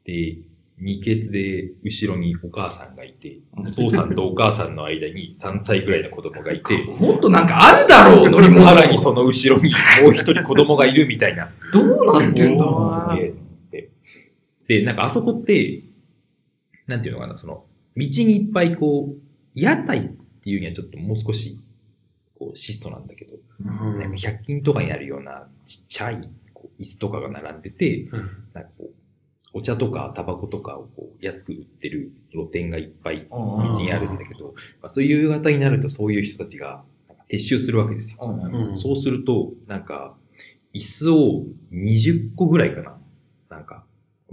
S1: で、二血で後ろにお母さんがいて、お父さんとお母さんの間に3歳ぐらいの子供がいて、
S2: もっと なんかある だろう、乗り物。
S1: さらにその後ろにもう一人子供がいるみたい な。
S2: どうなってんだ
S3: おー
S1: すげえと思って。で、なんかあそこって、なんていうのかな、その、道にいっぱいこう、屋台っていうにはちょっともう少し、こう、質素なんだけど、
S3: うん
S1: なんか100均とかにあるようなちっちゃいこう椅子とかが並んでて、
S3: うん
S1: なんかこう、お茶とかタバコとかをこう安く売ってる露店がいっぱい
S2: うん
S1: 道にあるんだけど、まあ、そういう夕方になるとそういう人たちがなんか撤収するわけですよ。
S2: うん
S3: うん
S1: そうすると、なんか、椅子を20個ぐらいかな。なんか、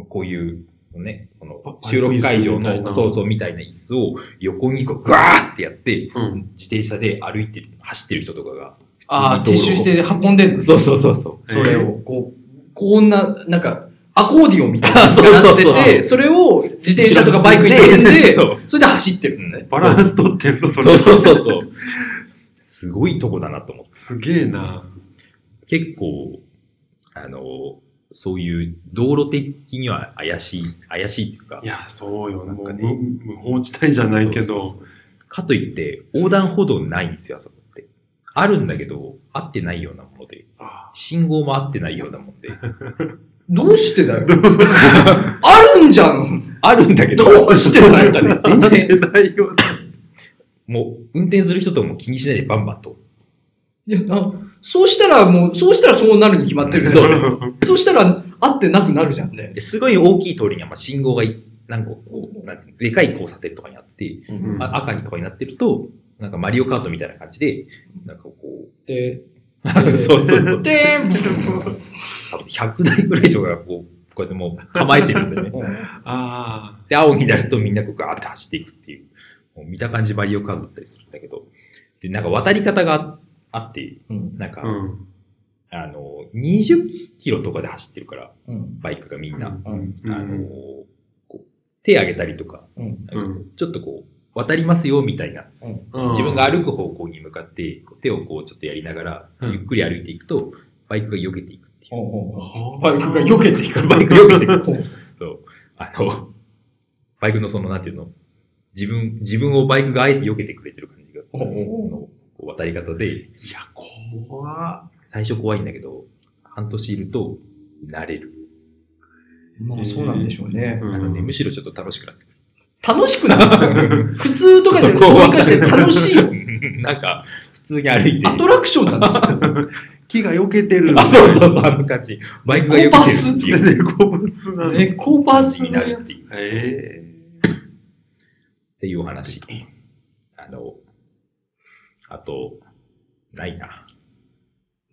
S1: こういう、ね、その、
S3: あ
S1: 収録会場
S3: パ
S1: の、
S3: イプ椅子みたいな
S1: そうそう、みたいな椅子を横にこう、ぐわーってやって、
S3: うん。
S1: 自転車で歩いてる、走ってる人とかが。
S2: ああ、撤収して運んでんの
S1: そうそうそうそう。
S2: それを、こう、こんな、なんか、アコーディオンみたいなの
S1: そうそうそう
S2: なってて、それを自転車とかバイクに積んで、
S1: そ。
S2: そうれで走ってるのね。
S3: バランス取ってんのそ
S1: そ
S3: れ
S1: う。そうそうそう。すごいとこだなと思って。
S3: すげえな。
S1: 結構、あの、そういう道路的には怪しい、怪しいっていうか
S3: い、や、そうよ。なんか
S1: ね
S3: ね、無無法地帯じゃないけ
S1: そうそ
S3: ど。
S1: かといって、横断歩道ないんですよ、あそこって。あるんだけど、合ってないようなもので、
S3: あ
S1: 信号も合ってないようなも んで、
S2: どうしてだよ。 あるんじゃん。
S1: あるんだけど、
S2: どうしてだ
S1: なん
S2: よ
S1: かね、
S3: あ。
S1: 全
S3: なって
S1: 然、
S3: ないよ。
S1: もう、運転する人とも気にしないでバンバンと。
S2: いや、あそうしたらもう、そうしたらそうなるに決まってる。
S1: そう
S2: そうしたら、合ってなくなるじゃんね。
S1: ですごい大きい通りには、まあ、信号がい何個、こうなんていうのでかい交差点とかにあって、
S3: うん
S1: あ赤にとかになってると、なんかマリオカートみたいな感じで、なんかこう、
S2: で、
S1: そうそうそう。
S2: でーん
S1: 多分100台ぐらいとかがこう、こうやってもう構えてるんだよ ね。
S3: あ
S1: で、青になるとみんなこうガーッて走っていくっていう。もう見た感じマリオカートだったりするんだけど。で、なんか渡り方があって、
S2: うん
S1: なんか、
S3: あ。うん。
S1: あの、20キロとかで走ってるから、
S2: うん
S1: バイクがみんな。
S2: うん
S3: うん
S1: あの、こう手上げたりとか、
S2: うん
S3: うん
S1: ちょっとこう、渡りますよみたいな。
S3: うん
S1: 自分が歩く方向に向かって、こう手をこうちょっとやりながら、
S3: うん
S1: ゆっくり歩いていくと、バイクが避けていくっていう。
S2: バイクが避けていく。
S1: バイク避けていくんですよ。 そう。あの、バイクのその、なんていうの、自分、自分をバイクがあえて避けてくれてる感じが、
S2: おうおう
S1: のこう渡り方で、
S3: いや、怖っ
S1: 最初怖いんだけど、半年いると慣れる。
S2: まあそうなんでしょうね。
S1: なので、む
S3: う
S1: しろちょっと楽しくなって く
S2: 楽しくな る。普通とかで
S1: そこ
S2: どう
S1: は
S2: にかして楽しい。
S1: る。なんか、普通に歩いて。
S2: アトラクションなん ですよ。
S3: ん木が避けてる。
S1: あ、そうそうそう、あの感じ。バイクが避けてるっていう。
S3: レコバスなの。
S2: エコバス
S1: に
S2: の
S1: な
S2: や
S1: るっていう。っ
S3: え
S1: ていうお話。あの、あと、ないな。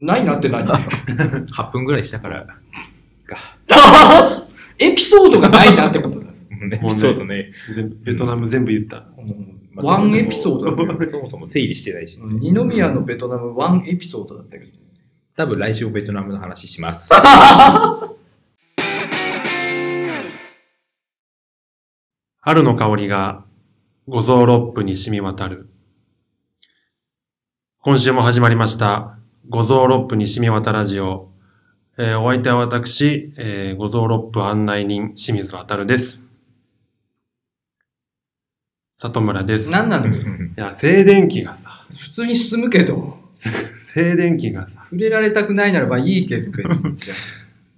S2: ないなって 何
S1: 8分ぐらいしたから、か。
S2: エピソードがないなってこと だ。
S1: うんエピソードね。
S3: え全部ベトナム全部言った。
S2: ワンエピソードだ
S1: そもそも整理してないし、
S2: 二宮のベトナムワンエピソードだったけど。
S1: 多分来週ベトナムの話し ます。
S3: 春の香りが五臓六腑に染み渡る。今週も始まりました。五臓六腑に染み渡ラジオ。えーお相手は私、えー五臓六腑案内人、清水渡です。里村です。い
S2: 何なのに
S3: や、静電気がさ、
S2: 普通に進むけど、
S3: 静電気がさ、
S2: 触れられたくないならばいいけど別に。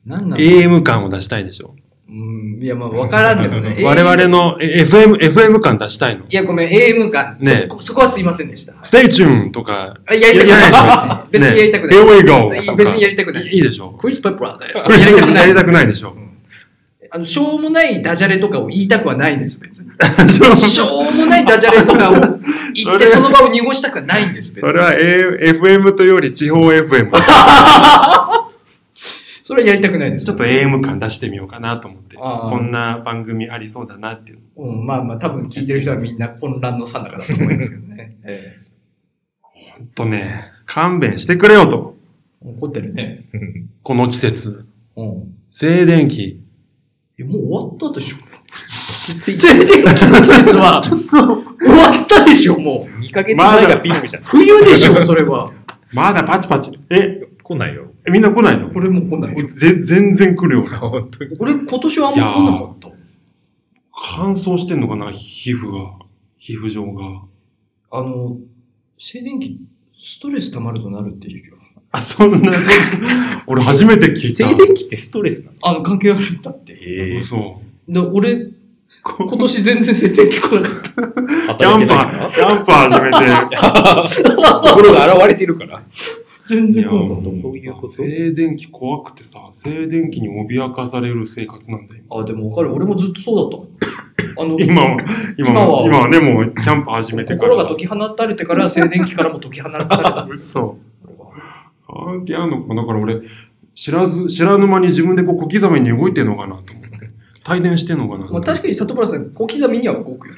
S2: 何なの
S3: AM 感を出したいでしょ。。
S2: うん、いや、まあ、 わからんでもね
S3: 我々
S2: AM
S3: のえ FM、FM 感出したいの。
S2: いや、ごめん、AM 感。
S3: ねえ
S2: そこそこはすいませんで した。
S3: ステイチューンとか、
S2: あやりたくない。 別にやりたくない。
S3: Here we go!
S2: いや別にやりたくない
S3: い いいでしょ
S2: クリス・ペプラーです。
S3: これ
S2: やりたくな
S3: や
S2: い
S3: り。たくないでしょ
S2: あの、しょうもないダジャレとかを言いたくはないんです、別 に。し
S3: そ
S2: ょうもないダジャレとかを言って、その場を濁したくはないんです、別に。
S3: れは、A、FM というより地方 FM。
S2: それはやりたくないです。
S3: ちょっと AM 感出してみようかなと思って。
S2: あー
S3: こんな番組ありそうだなっていう。
S2: うん、まあまあ、多分聞いてる人はみんな混乱のさなかだと思いますけどね。 え
S3: ほんとね、勘弁してくれよと。
S2: え怒ってるね。
S3: この季節。
S2: うん。
S3: 静電気。
S2: いやもう終わったでしょ。静電気の季節 は、終わったでしょ、もう。
S1: 2ヶ月前がピークじゃん。
S2: 冬でしょ、それは。
S3: まだパチパチ。え、
S1: 来ないよ。
S3: みんな来ないの
S2: これもう来ないよ。
S3: ぜ全然来るよ。
S1: 本当に。
S2: 俺、今年はあんま来なかった。
S3: 乾燥してんのかな皮膚が。皮膚状が。
S2: あの、静電気、ストレス溜まるとなるっていうよ。
S3: あ、そんなこと。俺初めて聞い
S1: 静
S3: た。
S1: 電気ってストレスなの
S2: あの、関係あるんだって。
S1: え
S3: そ
S2: で俺、
S3: う。
S2: 今年全然静電気来なかっ
S1: ー。
S3: キャンパー、キャンパー始めて。
S1: ところが現れてるから。
S2: た。全然来なかっ
S1: そういうこと
S3: 静電気怖くてさ、静電気に脅かされる生活なんだよ。
S2: た。あ、でもわかる。俺もずっとそうだ った。あの、
S3: 今は、今は、今
S2: 今
S3: はね、もうキャンパー始めてから。
S2: 心が解き放たれてから、静電気からも解き放たれ た。
S3: 嘘。関係あんのかなだから俺、知らず、知らぬ間に自分でこう小刻みに動いてんのかなと思って。帯電してんのかな
S2: まあ、確かに里村さん、小刻みには動くよ。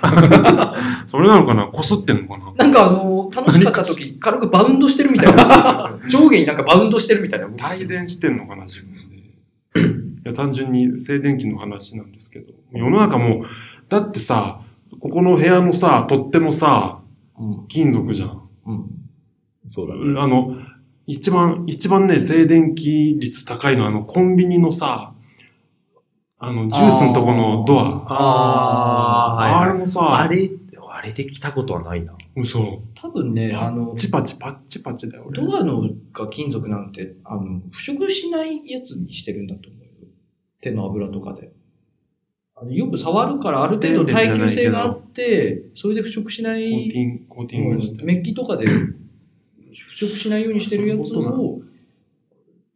S3: それなのかなこすってんのかな
S2: なんかあの、楽しかった時、軽くバウンドしてるみたいな動きですよ。上下になんかバウンドしてるみたいな動きです
S3: 帯
S2: よ。
S3: 電してんのかな自分で。いや、単純に静電気の話なんですけど。世の中もう、だってさ、ここの部屋のさ、取っ手もさ、
S2: うん
S3: 金属じゃん。
S1: そうだね。
S3: あの、一番、一番ね、静電気率高いのは、あの、コンビニのさ、あの、ジュースのとこのドア。
S1: あ
S3: あ,、
S1: あ、はい
S3: れ
S1: はい。
S3: も
S1: あ
S3: さ、
S1: れ、あれで来たことはないな。
S3: 嘘。
S2: 多分ね、あの
S3: パッ、チパチパッチパチだよ、俺。
S2: ドアのが金属なんて、あの、腐食しないやつにしてるんだと思うよ。手の油とかで。あのよく触るからある程度耐久性があって、それで腐食しな
S3: コーテ
S2: い、
S3: ィング、コーティングして。
S2: メッキとかで腐食しないようにしてるやつ
S3: そういうこ
S2: を、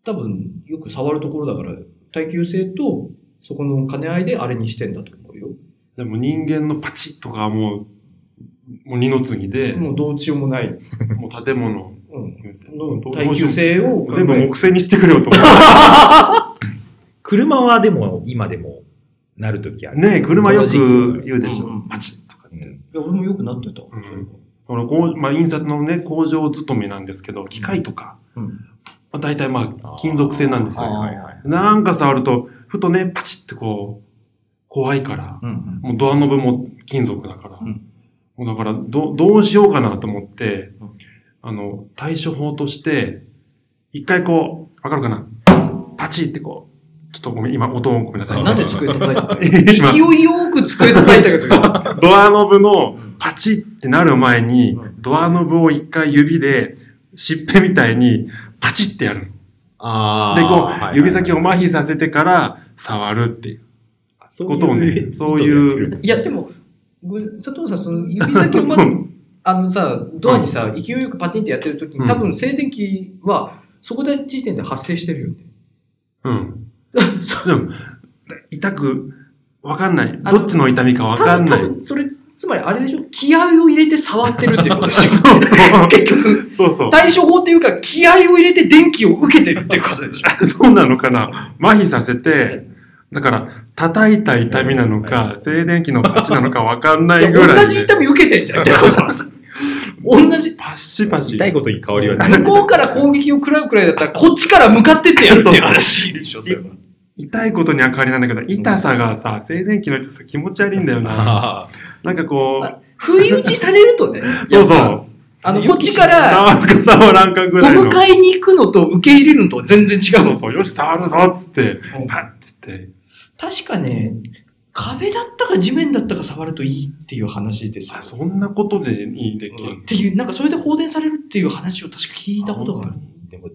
S2: 多分よく触るところだから、耐久性とそこの兼ね合いであれにしてんだと思うよ。
S3: でも人間のパチッとかはもう、もう二の次で、
S2: もうどうしようもない。
S3: もう建物、
S2: うん。
S3: どうど
S2: の
S3: う
S2: 耐久性を考え
S3: 全部木製にしてくれよと思 う。
S1: 車はでも、今でも、なるときある。
S3: ねえ、車よく言うでしょ。
S2: うんうん
S3: パチッとかって。
S2: いや、俺もよくなってた。
S3: んそのこうまあ、印刷のね、工場勤めなんですけど、機械とか、
S2: うん
S3: まあ、大体まあ、金属製なんですよ。
S1: はいはい。
S3: なんか触ると、ふとね、パチってこう、怖いから、
S2: うんうん。
S3: もうドアノブも金属だから、
S2: うん
S3: もうだからど、どうしようかなと思って、
S2: うん
S3: あの、対処法として、一回こう、わかるかなパチってこう、ちょっとごめん、今音ごめんなさい。
S2: なんで机叩いたの
S3: 今
S2: 勢いよく机叩いたけど今。
S3: ドアノブの
S2: うん
S3: パチってなる前に、
S2: うん
S3: ドアノブを一回指で、しっぺみたいにパチってやる
S1: あ
S3: の。
S1: あ。
S3: で、こう、指先を
S1: を
S3: 麻痺させてから触るっていうことをね、そういう、
S2: いや、でも、ごめん佐藤さん、その指先をまず、あのさ、ドアにさ、勢いよくパチンってやってるとき
S3: う
S2: に、
S3: ん
S2: 多分静電気は、そこで時点で発生してるよね。
S3: うん。 でも、痛く、わかんない。
S2: あの
S3: どっちの痛みかわ
S2: 多
S3: かん
S2: 分、
S3: ない。
S2: 多
S3: そう
S2: 分それ、つまりあれでしょ気合を入れて触ってるっていうことでしょ
S3: そ
S2: 結局、
S3: う。そうそう。
S2: 対処法っていうか、気合を入れて電気を受けてるっていうことでしょ
S3: そうなのかな麻痺させて、だから、叩いた痛みなのか、静電気のパチなのかわかんないぐら
S2: 同
S3: い
S2: じ
S3: で。
S2: 痛み受けてんじゃん。だからさ同じ。
S3: パシパシ
S1: 痛。いことに変わりはない。
S2: 向こうから攻撃を食らうくらいだったら、こっちから向かってってやるっていう話。
S3: 痛いことには変わりないんだけど、痛さがさ、静電気の痛さ気持ち悪いんだよな。
S1: あ
S3: なんかこ。
S2: あ不意打ちされるとね
S3: う、そうそ
S2: やっぱ
S3: う。
S2: あの、こっちか
S3: 触
S2: ら、
S3: るか触らんかぐ
S2: お
S3: らいの。
S2: 迎えに行くのと受け入れるのとは全然違う
S3: そう
S2: の。
S3: そう、よし、触るぞっつって、パッつって。
S2: 確かね、壁だったか地面だったか触るといいっていう話ですよ
S3: あ、。そんなことでいいでき
S2: う
S3: る
S2: んっていう、なんかそれで放電されるっていう話を確か聞いたことがある。
S1: ーでも、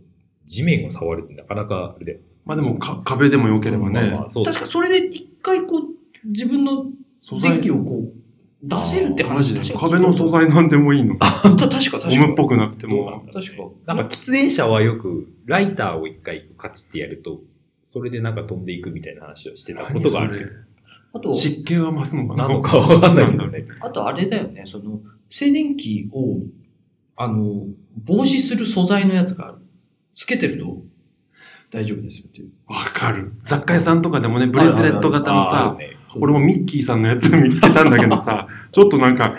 S1: 地面を触るってなかなかあれで、
S3: まあでもか壁でも良ければ
S1: まあ
S3: ね
S1: ま。あそう
S2: 確かそれで一回こう、自分の
S3: 素
S2: 電
S3: 材
S2: 気をこう、出せるって話確か
S3: 壁の素材なんでもいいの。
S2: た確か確か。
S3: ゴムっぽくなくても。
S2: 確か。
S1: なんか喫煙者はよくライターを一回カチってやると、それでなんか飛んでいくみたいな話をしてたことがある。
S2: あと、
S3: 湿気は増すのかな
S1: なのかわかんないけどね。
S2: あとあれだよね、その、静電気を、あの、防止する素材のやつがある。つけてると、大丈夫ですよっていう。
S3: わかる。雑貨屋さんとかでもね、ブレスレット型の
S1: あ
S3: さ
S1: る、ね
S3: 俺もミッキーさんのやつ見つけたんだけど さ、ちょっとなんか、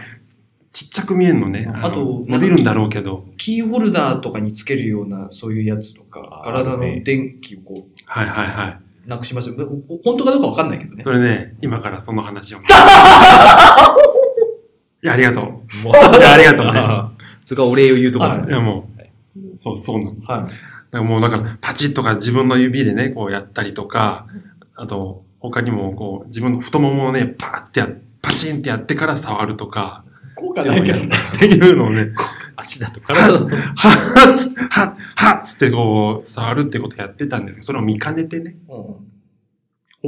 S3: ちっちゃく見えんのね。
S2: あ
S3: の
S2: と
S3: 伸びるんだろうけど。
S2: キーホルダーとかにつけるような、そういうやつとか、
S1: ああるね
S2: 体の電気をこ
S3: はいはいはい。
S2: う、なくしますよ。おお本当かどうかわかんないけどね
S3: そ。れね、今からその話 を。いや、ありがとう。
S1: も
S3: いや、ありがとう ね。
S1: うそれがお礼を言うとこ
S3: いや、もう、そう、そうなの。
S2: は
S3: だからもうだから、パチッとか自分の指でね、こうやったりとか、あと、他にも、こう、自分の太ももをね、パーってや、パチンってやってから触るとか、
S2: い。効果
S3: ないけどねっていうのをね、
S1: 足だと体だと。
S3: はっつって、はっ、はっつってこう、触るってことやってたんですけど、それを見かねてね、
S2: う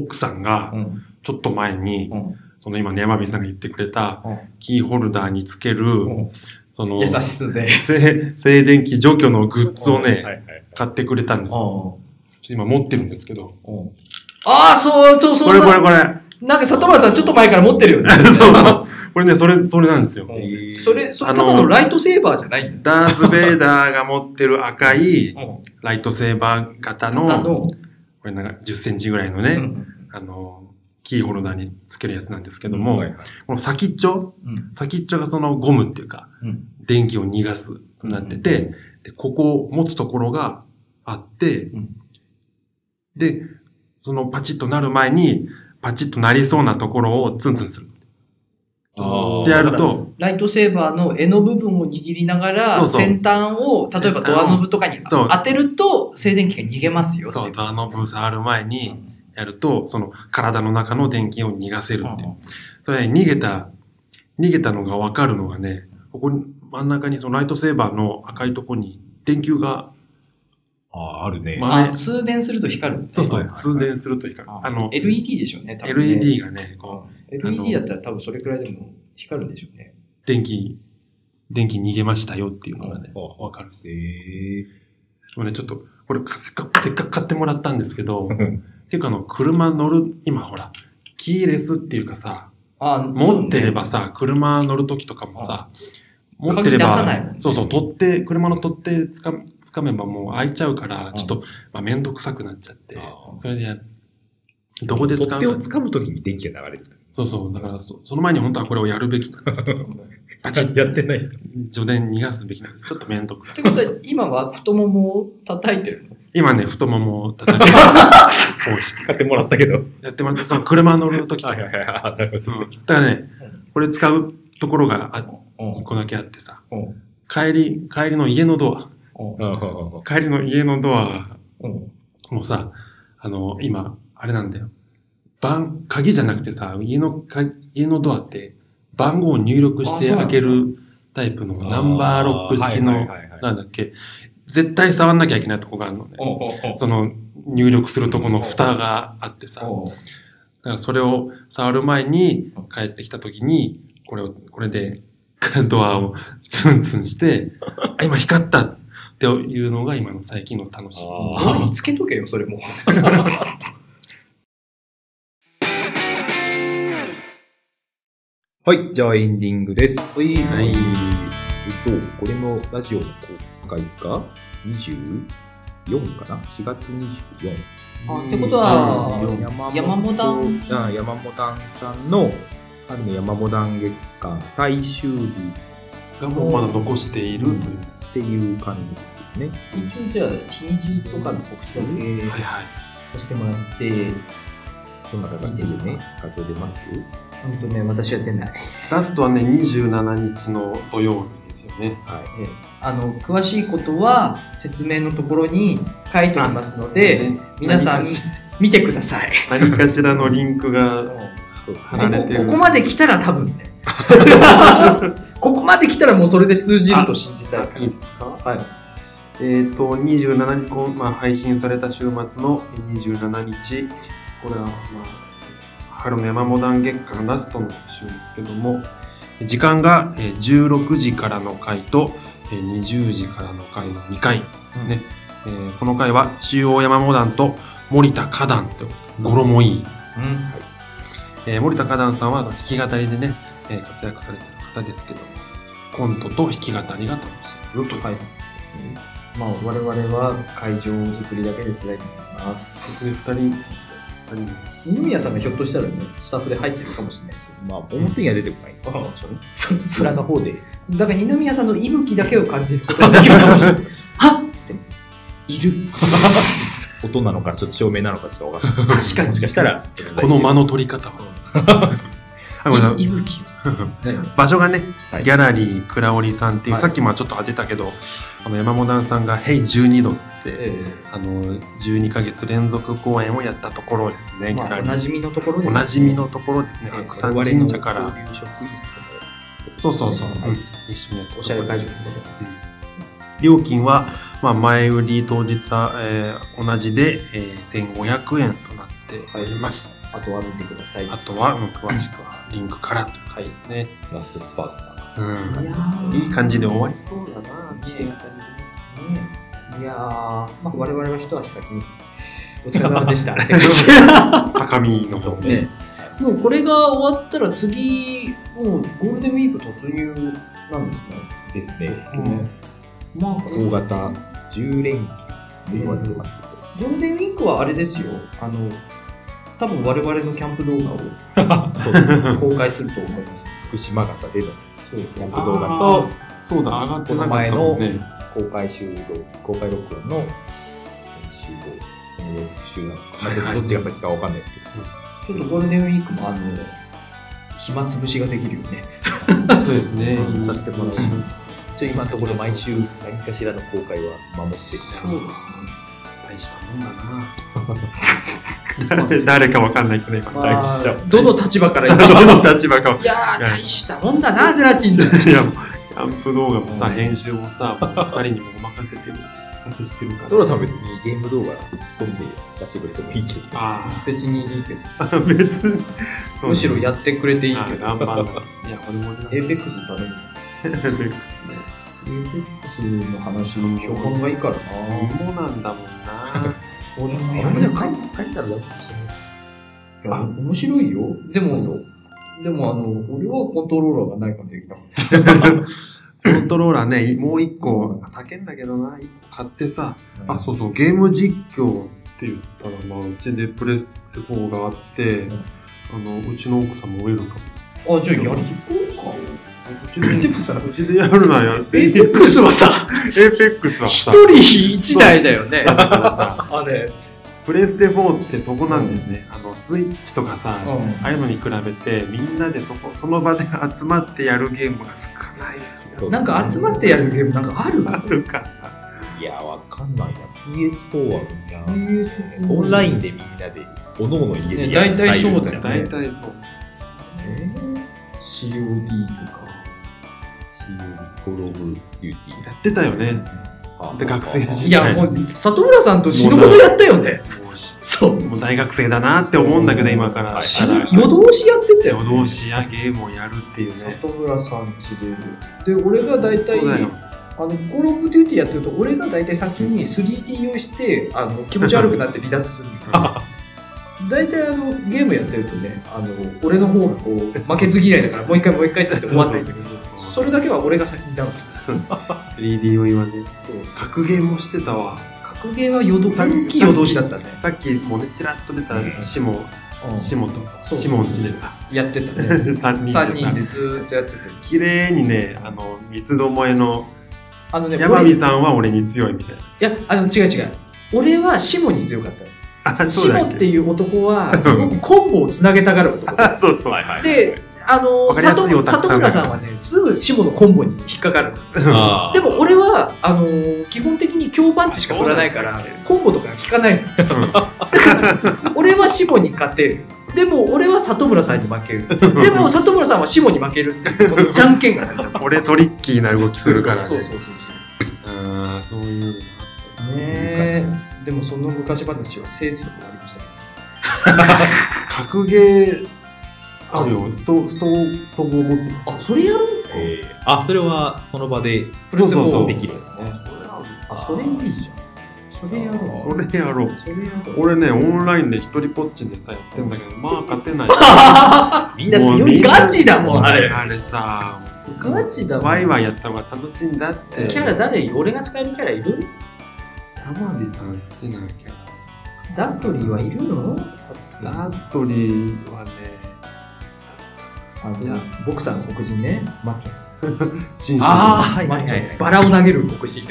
S2: ん。
S3: 奥さんが
S2: う、ん。
S3: ちょっと前に
S2: う、ん。
S3: その今ね、山火さんが言ってくれた
S2: うん、
S3: キーホルダーにつけ
S2: う
S3: る
S2: ん、
S3: その
S2: 優、しさで。
S3: 静静電気除去のグッズを
S1: はいは
S3: ね、
S1: い
S3: 買ってくれたんです。ちょっと今持ってるんですけど、
S2: うんああ、そう、そう、そう。
S3: これこれこれ、
S2: なんか、里村さんちょっと前から持ってるよね。
S3: そうそう。これね、それ、それなんですよ。
S1: はい。
S2: それ、それ
S3: あ
S2: た
S3: の
S2: だのライトセーバーじゃないんだよ。
S3: ダース・ベイダーが持ってる赤い
S2: うん
S3: ライトセーバー型
S2: あ
S3: の、
S2: の、
S3: これなんか10センチぐらいの
S2: う
S3: ね、
S2: ん
S3: あの、キーホルダーにつけるやつなんですけど
S1: もう、
S3: も
S1: はい、はい
S3: この先っちょ、
S2: うん
S3: 先っちょがそのゴムっていうか、
S2: うん
S3: 電気を逃がすとなってて、でここを持つところがあって、
S2: ん
S3: で、そのパチッとなる前に、パチッとなりそうなところをツンツンする。
S1: あー
S3: でやると、
S2: ライトセーバーの柄の部分を握りながら、
S3: そうそう
S2: 先端を、例えばドアノブとかに
S3: そう
S2: 当てると、静電気が逃げますよってい
S3: そう、ドアノブ触る前
S2: う
S3: に
S2: ん
S3: やると、その体の中の電気を逃がせるっていう。それね逃げた、逃げたのがわかるのがね、ここに真ん中にそのライトセーバーの赤いとこに電球が、
S1: ああ、あるね。
S3: ま
S2: あ、通電すると光る。
S3: そうそ、
S1: はいうはい
S3: 通電すると光る。あの、
S2: LED でしょうね、多分ね。
S3: LED がね、こ
S2: うん。LED だったら多分それくらいでも光るんでしょうね。
S3: う、電気、電気逃げましたよっていうのがね、
S1: あ
S3: わかる。
S1: へ
S3: もうね、ちょっと、これせっかく、せっかく買ってもらったんですけど、
S1: ー
S3: 結構あの、車乗る、今ほら、キーレスっていうかさ、
S2: あ
S3: 持ってればさ、車乗るときとかもさ、持ってれば、
S2: 鍵出さないもんね
S3: そうそう、取って、車の取ってつか、つかめばもう開いちゃうから
S2: ん、
S3: ちょっと、まあ、めんどくさくなっちゃって
S1: あ、
S3: それでや、どこで使
S1: 取っ手
S3: う
S1: を
S3: か。
S1: 掴むときに電気が流れる。
S3: そうそう、だからそ、その前に本当はこれをやるべきなんですけど、パチッ、
S1: やってない。
S3: 助電逃がすべきなんです。ちょっとめんどくさ
S2: っ
S3: い。
S2: てことは、今は太ももを叩いてるの
S3: 今ね、太ももを 叩いて、こうし
S1: 買ってもらったけど。
S3: やってもらって、その車乗るときとか、
S1: はいはいはい。なるほ
S3: う
S1: ど
S3: んだからね、これ使うところがあ
S2: うん
S3: 一個だけあってさ
S2: うん、
S3: 帰り、帰りの家のドア、
S1: うん
S3: 帰りの家のドア
S2: うん
S3: もさ、あの、今、あれなんだよ。番、鍵じゃなくてさ、家のか、家のドアって、番号を入力し
S2: あそう
S3: て
S2: なんだ
S3: 開けるタイプのナンバーロック式
S1: は
S3: の
S1: いはいはいはい
S3: なんだっけ、絶対触んなきゃいけないとこがあるのね。その入力するとこの蓋があってさ、だからそれを触る前に帰ってきた時に、これを、これで ドアをツンツンして、あ今光ったっていうのが今の最近の楽しみ。
S1: あ
S2: ドアにつけとけよ、それもう。
S1: はい、じゃあエンディングです。はい。
S3: はい
S1: えっと、これのラジオの公開が24かな ?4 月24。
S2: あってことは山本
S1: さん。あ山本さんの、春の山本月間最終日
S3: がもうまだ残しているという。
S1: っていう感じですよね。
S2: 一応じゃあ、日にちとかの告知だけ
S3: はいはい。
S2: させてもらって、
S1: そんな形でね、画像出ますよ。
S2: 本当ね、私は出ない。
S3: ラストはね、27日の土曜日ですよね。
S1: はい。
S2: あの、詳しいことは説明のところに書いておきますので、
S3: ね、
S2: 皆さん
S3: 何かし
S2: 見てください。
S3: 何かしらのリンクが
S1: そうです
S3: 貼
S1: ね。
S3: られて
S2: こ
S3: る。
S2: ここまで来たら多分 ね。ここまで来たらもうそれで通じると信じたい。
S3: いいですか
S2: はい。
S3: えっ、と、27日、こんまあ、配信された週末の27日、これは、まあ、春の山モダン月間ラストの週ですけども、時間がえー16時からの回とえー20時からの回の2回、ねえーこの回は中央山モダンと森田花壇と語呂もいい、えー森田花壇さんはあの弾き語りでね、えー活躍されてる方ですけどもコントと弾き語りが楽しめるという、
S2: はいまあ、我々は会場作りだけで伝えてます。
S3: 2人二人
S2: 二宮さんがひょっとしたらね、スタッフで入ってるかもしれないですよ。
S1: まあ、表には出てこない。
S2: そう
S1: 裏の方で。
S2: だから二宮さんの息吹だけを感じることができるかもしれ ない。はっつって、いる。
S1: 音なのか、ちょっと照明なのか、ちょっとわかんない。確かに。もしかしたら、
S3: この間の取り方はあごめんなさい
S2: い吹
S3: 場所がね、
S1: はい
S3: ギャラリー倉織さんっていう、
S2: はい
S3: さっきまあちょっと当てたけどあの山本さんが「ヘイ12度」っつって、
S2: え
S3: あの12ヶ月連続公演をやったところですね、
S2: えま
S3: ギャ
S2: あ、
S3: ラ
S2: お
S3: リー
S2: なじみのところで、
S3: おなじみのところですね、白山神社か
S1: 我々
S3: ら
S1: の交流職員室の
S3: そうそうそう、
S1: はい
S3: うん一緒にやったところ
S2: おしゃれ会社のとこ
S3: 料金は、まあ、前売り当日は、えー同じで、えー1500円となっております、
S2: ろあとは見てください。
S3: あとはうん詳しくはリンクからという回ですね、
S1: ラストスパートか
S3: うん
S1: な。
S3: いい感じで終わり
S2: そうだな、ねねいやー、まあ、我々は一足先に、お疲れ様でした。
S3: 高見の方で、
S2: ね、 もうこれが終わったら次、もうゴールデンウィーク突入なんですね。
S1: ですね。
S2: まあ、
S1: 大型10連休って言われてます
S2: ゴールデンウィークはあれですよ、あの、多分我々のキャンプ動画
S1: けど。そうですね。
S2: を公開すると思います。
S1: 福島型での
S2: そうです
S1: キャン
S2: ね
S1: プ。動画
S3: あ
S1: と、
S3: そうだ上がってなかったもんね
S1: 公開収録、公開録音の先週と、その翌週なのか、まあちょっとどっちが先かわかんないですけど。
S2: ちょっとゴールデンウィークも、あの、暇つぶしができるよね。
S3: そうですね
S1: うんさせてもらう一応今のところ毎週何かしらの公開は守ってる。
S2: そうですね。
S3: 大したもんだな誰 誰かわかんないけど今
S1: 大事 だもん
S2: どの立場から言う
S3: どの立場か
S2: いやー、大したもんだな、ゼラチンズ。
S3: いやもうキャンプ動画もさ編集もさもう二人にもお任せてるお任せしてるから
S1: ドラさんは別にゲーム動画突っ込んで出してくれてもいいけど。
S3: あ
S2: 別にいいけど、
S3: あ 別にそう
S2: むしろやってくれていい
S3: あ
S2: けど、
S3: 頑張んないいや俺も
S2: エ
S3: 俺
S2: ーペックスのために。
S3: なんだ X ね
S2: エーペックスの話、評判がいいからな。
S3: 芋なんだもん な
S2: 俺も
S1: やるよ、帰ったらやるかもしれない。
S2: いや、面白いよ。でも、でも、あの、俺はコントローラーがないからできたもん。
S3: コントローラーねもう一個高いんだけどな一個買ってさあ、そうそう、ゲーム実況って言ったら、まあ、うちでプレステ4があって、
S2: ん
S3: あの、うちの奥さんもウェルカム。
S2: う。あ、じゃあやりに行こ
S3: うちで、でもさ、うちでやるなやっ
S2: うか。
S3: て。
S2: エ
S3: エ
S2: イペックスはさ、
S3: ーペックスは
S2: 一
S3: さ、
S2: 人一台だよね。
S3: だからさ
S2: あれ。
S3: プレステ4ってそこなんだよね。あの、スイッチとかさ、
S2: うん。
S3: ああいうのに比べて、みんなでそこ、その場で集まってやるゲームが少ない気がす
S1: そ
S3: る。
S1: う
S2: なんか集まってやるゲームなんかある
S3: あるか
S1: いや、わかんないな。PS4 はみんな、
S2: PS4
S1: オンラインでみんなで、おのおの家でやる
S2: ね
S1: スタイル
S2: 大体そうだ
S1: じゃ
S2: よ
S1: ん
S3: な。大体そう。
S2: えー COD とか。
S1: COD、コールオブデューティ
S3: やってたよね。
S1: ー。
S3: で学生時
S2: いや、
S3: 代。
S2: もう、里村さんと死ぬほどやったよね。
S3: もうし
S2: そう。
S3: もう大学生だなって思うんだけど、今からした
S2: 死ぬ
S3: ら。
S2: 夜通しやってたよ。
S3: 夜通しやゲームをやるっていうね。
S2: 里村さんちで。で、俺が大体
S3: そう、だよ。
S2: あのコール・オブ・デューティーやってると俺が大体先に 3D 用意してあの気持ち悪くなって離脱するんですよ 大体あのゲームやってるとねあの俺の方がこう負けず嫌いだからもう一回もう一回って言って終わっていんだけど それだけは俺が先にダウンする
S3: 3D を今ね、
S2: そう
S3: 格ゲーもしてたわ。
S2: 格ゲーは夜通し
S3: さっき
S2: 本気夜通しだったね
S3: さっきもね、ちらっと出たシモ、
S2: うん
S3: シモとさ、
S2: そう
S3: シモんちで さ、
S2: やってたね
S3: 3人
S2: 3
S3: で
S2: 人
S3: さ
S2: で、ずーっとやってて
S3: 綺麗にね、あの、三つどもえの
S2: あのね
S3: 山
S2: 俺
S3: 美
S2: い
S3: さんは俺に強いみたい
S2: やあの違う違う俺はシモに強かった
S3: な。あ、
S2: シ
S3: そうだ
S2: モっ
S3: ってけ
S2: いう男 はすごくコンボをつなげたがる男
S3: あ、そうそう。
S1: はい。
S2: で、あの
S3: わかりやすいオタク
S2: 里
S3: さん
S2: 村
S3: だ
S2: さんはね、すぐ下のコンボに引っかかる。
S1: あー
S2: でも俺は、あの基本的に強パンチしか取らないから、コンボとか効かないの。だから、俺は下に勝てる。でも俺は里村さんに負ける。でも里村さんは下に負けるっていう、このじゃんけんが成り立
S3: 俺トリッキーな動きするからね。
S2: そうそうそう
S3: うーんか、そういうのがあったんですね。
S2: ねえでもその昔話は清楚になりましたね
S7: 格ゲーあるよストストストボを持ってます
S2: それやる
S1: えーあ、それはその場で
S7: そうそうそう
S1: できる。
S2: あそれいいじゃんそれやろう
S7: それやろう
S2: それやろう
S7: 俺ねオンラインで一人ぼっちでさやってんだけどまあ勝てない
S1: みんな強い。
S7: ガ
S2: チだもん
S1: あれ
S7: あれさ
S2: ガチだ
S7: ワイワ
S2: イ
S7: イやった方が楽しいんだって
S2: キャラ誰俺が使えるキャラいる
S7: 山火さん好きなキャラ
S2: ダットリーはいるの
S7: ダートリーはね
S2: あのボクサーの黒人ねマッチョ
S7: 紳士
S1: あー
S2: はい
S1: はいはいはい
S2: バラを投げる黒人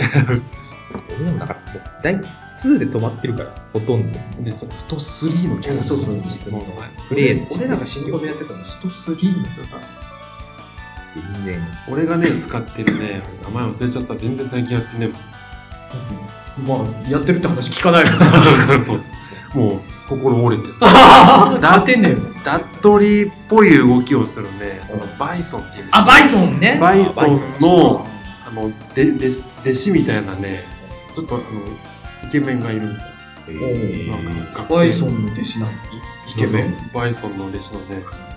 S1: 俺でもなんか、もう第2で止まってるから、ほとんど。
S3: でそスト3のキャラ
S2: そうそう
S3: もう
S1: プレイ
S2: 俺らが死ぬほどやってたのスト3の人が
S1: 全然。
S3: 俺がね、使ってるね、名前忘れちゃった。全然最近やってね
S2: まあやってるって話聞かないも ん
S3: えもん。そうそう。もう、心折れてさ。
S2: 当てんねえよ
S3: ダッドリーっぽい動きをするね、そのバイソンっていう
S2: あバイソンね
S3: バイソンの
S1: あ
S3: あのでで弟子みたいなね、ちょっとあのイケメンがいるんだよ。
S1: え
S3: な
S1: ー
S3: んか学生
S2: バイソンの弟子なの
S3: イケメン。バイソンの弟子のね、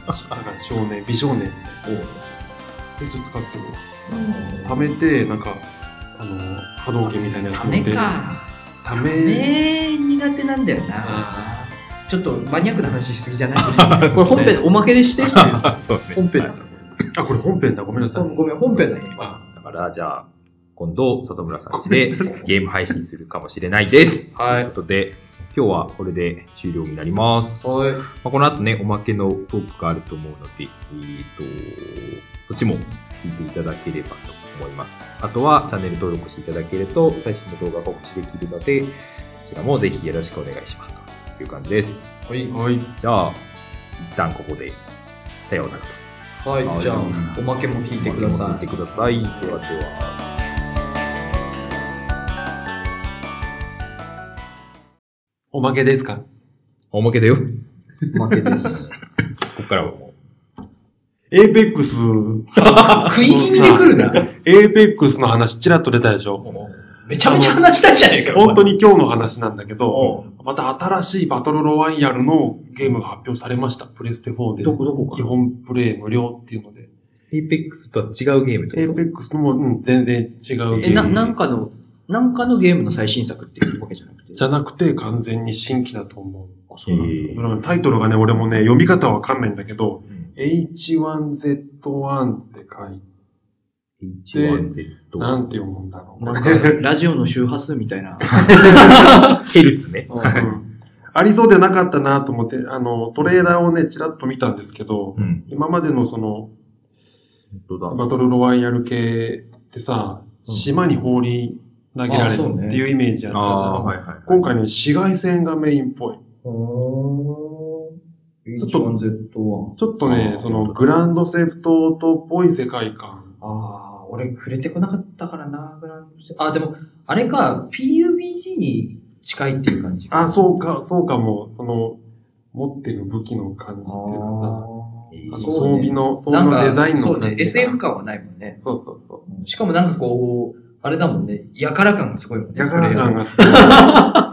S3: なんか少年、美少年みたいな。こいつ使ってるわ。貯めて、なんか、あの、波動拳みたいなやつ
S2: ダ
S3: 持
S2: メ
S3: って。
S2: か
S3: た
S2: ダ
S3: め。
S2: メ苦手なんだよ
S3: あ
S2: なちょっとマニアックな話しすぎじゃない これ本編おまけで して
S1: あ、そうね。
S2: 本編だ
S3: あ、これ本編だ。ごめんなさい。
S2: ごめん本編だよ
S3: あ、
S1: だから、じゃあ、今度、里村さんちでゲーム配信するかもしれないです。と
S2: はい
S1: いうことで、今日はこれで終了になります。ま
S2: はい
S1: あ、この後ね、おまけのトークがあると思うので、えー、と、そっちも聞いていただければと思います。あとは、チャンネル登録していただけると、最新の動画が告知できるので、こちらもぜひよろしくお願いします。という感じです。
S2: はい
S3: はい。
S1: じゃあ、一旦ここで、さようならと。
S2: はいじゃあおまけも聞いてくださ
S1: 聞いてください。ではでは。
S3: おまけですか
S1: おまけだよ。こ
S2: いおまけです
S1: こからはも
S7: エーペックス、
S2: 食い気味で来るな
S3: エーペックスの話、ちらっと出たでしょ
S2: めちゃめちゃ話したいじゃねえか
S3: 本当に今日の話なんだけど、また新しいバトルロワイヤルのゲームが発表されました。プレステ4で。
S2: どこどこか
S3: 基本プレイ無料っていうので。
S1: う、エイペックスとは違うゲームって
S3: エ
S1: こ
S3: ーペックスも、うん、全然違うゲ
S2: え、な、
S3: ーム。
S2: なんかの、なんかのゲームの最新作っていうわけじゃなくて。
S3: じゃなくて完全に新規だと思う。
S2: あ、そ
S1: と。
S2: うなんだ。
S1: えー
S3: タイトルがね、俺もね、読み方はわかんないんだけど、
S1: うん
S3: H1Z1 って書いて、な
S1: H1Z
S3: んて読むんだろう。
S2: なんか、ラジオの周波数みたいな。
S1: ヘルツね。
S3: うんありそうでなかったなと思って、あの、トレーラーをね、ちらっと見たんですけど、
S1: うん。
S3: 今までのその、
S1: 本当だ。
S3: バトルロワイヤル系ってさ、
S2: うん
S3: 島に放り投げられ
S2: あ
S3: る
S2: そうね
S3: っていうイメージあったじゃん。
S1: いはい。
S3: 今回ね、紫外線がメインっぽい。
S2: ち
S3: ょっと
S2: H1Z1。
S3: ちょっとね
S2: あ、ー
S3: そのグランドセフトオートっぽい世界観。
S2: ああ、俺触れてこなかったからな、グランドセあ、でも、あれか、PUBG に近いっていう感じ
S3: あ、
S2: う。
S3: そうか、そうかも、その、持ってる武器の感じ
S2: あ
S3: っていうかさ、あの装
S2: そうね
S3: 備の、装
S2: な
S3: 備
S2: ん
S3: の
S2: か
S3: デザインの
S2: そう
S3: 感じが
S2: ね、SF 感はないもんね。
S3: そうそうそ
S2: しかもなんかこう、あれだもんね、やから感がすごいもん
S3: う。
S2: ね。
S3: やから感がすごい。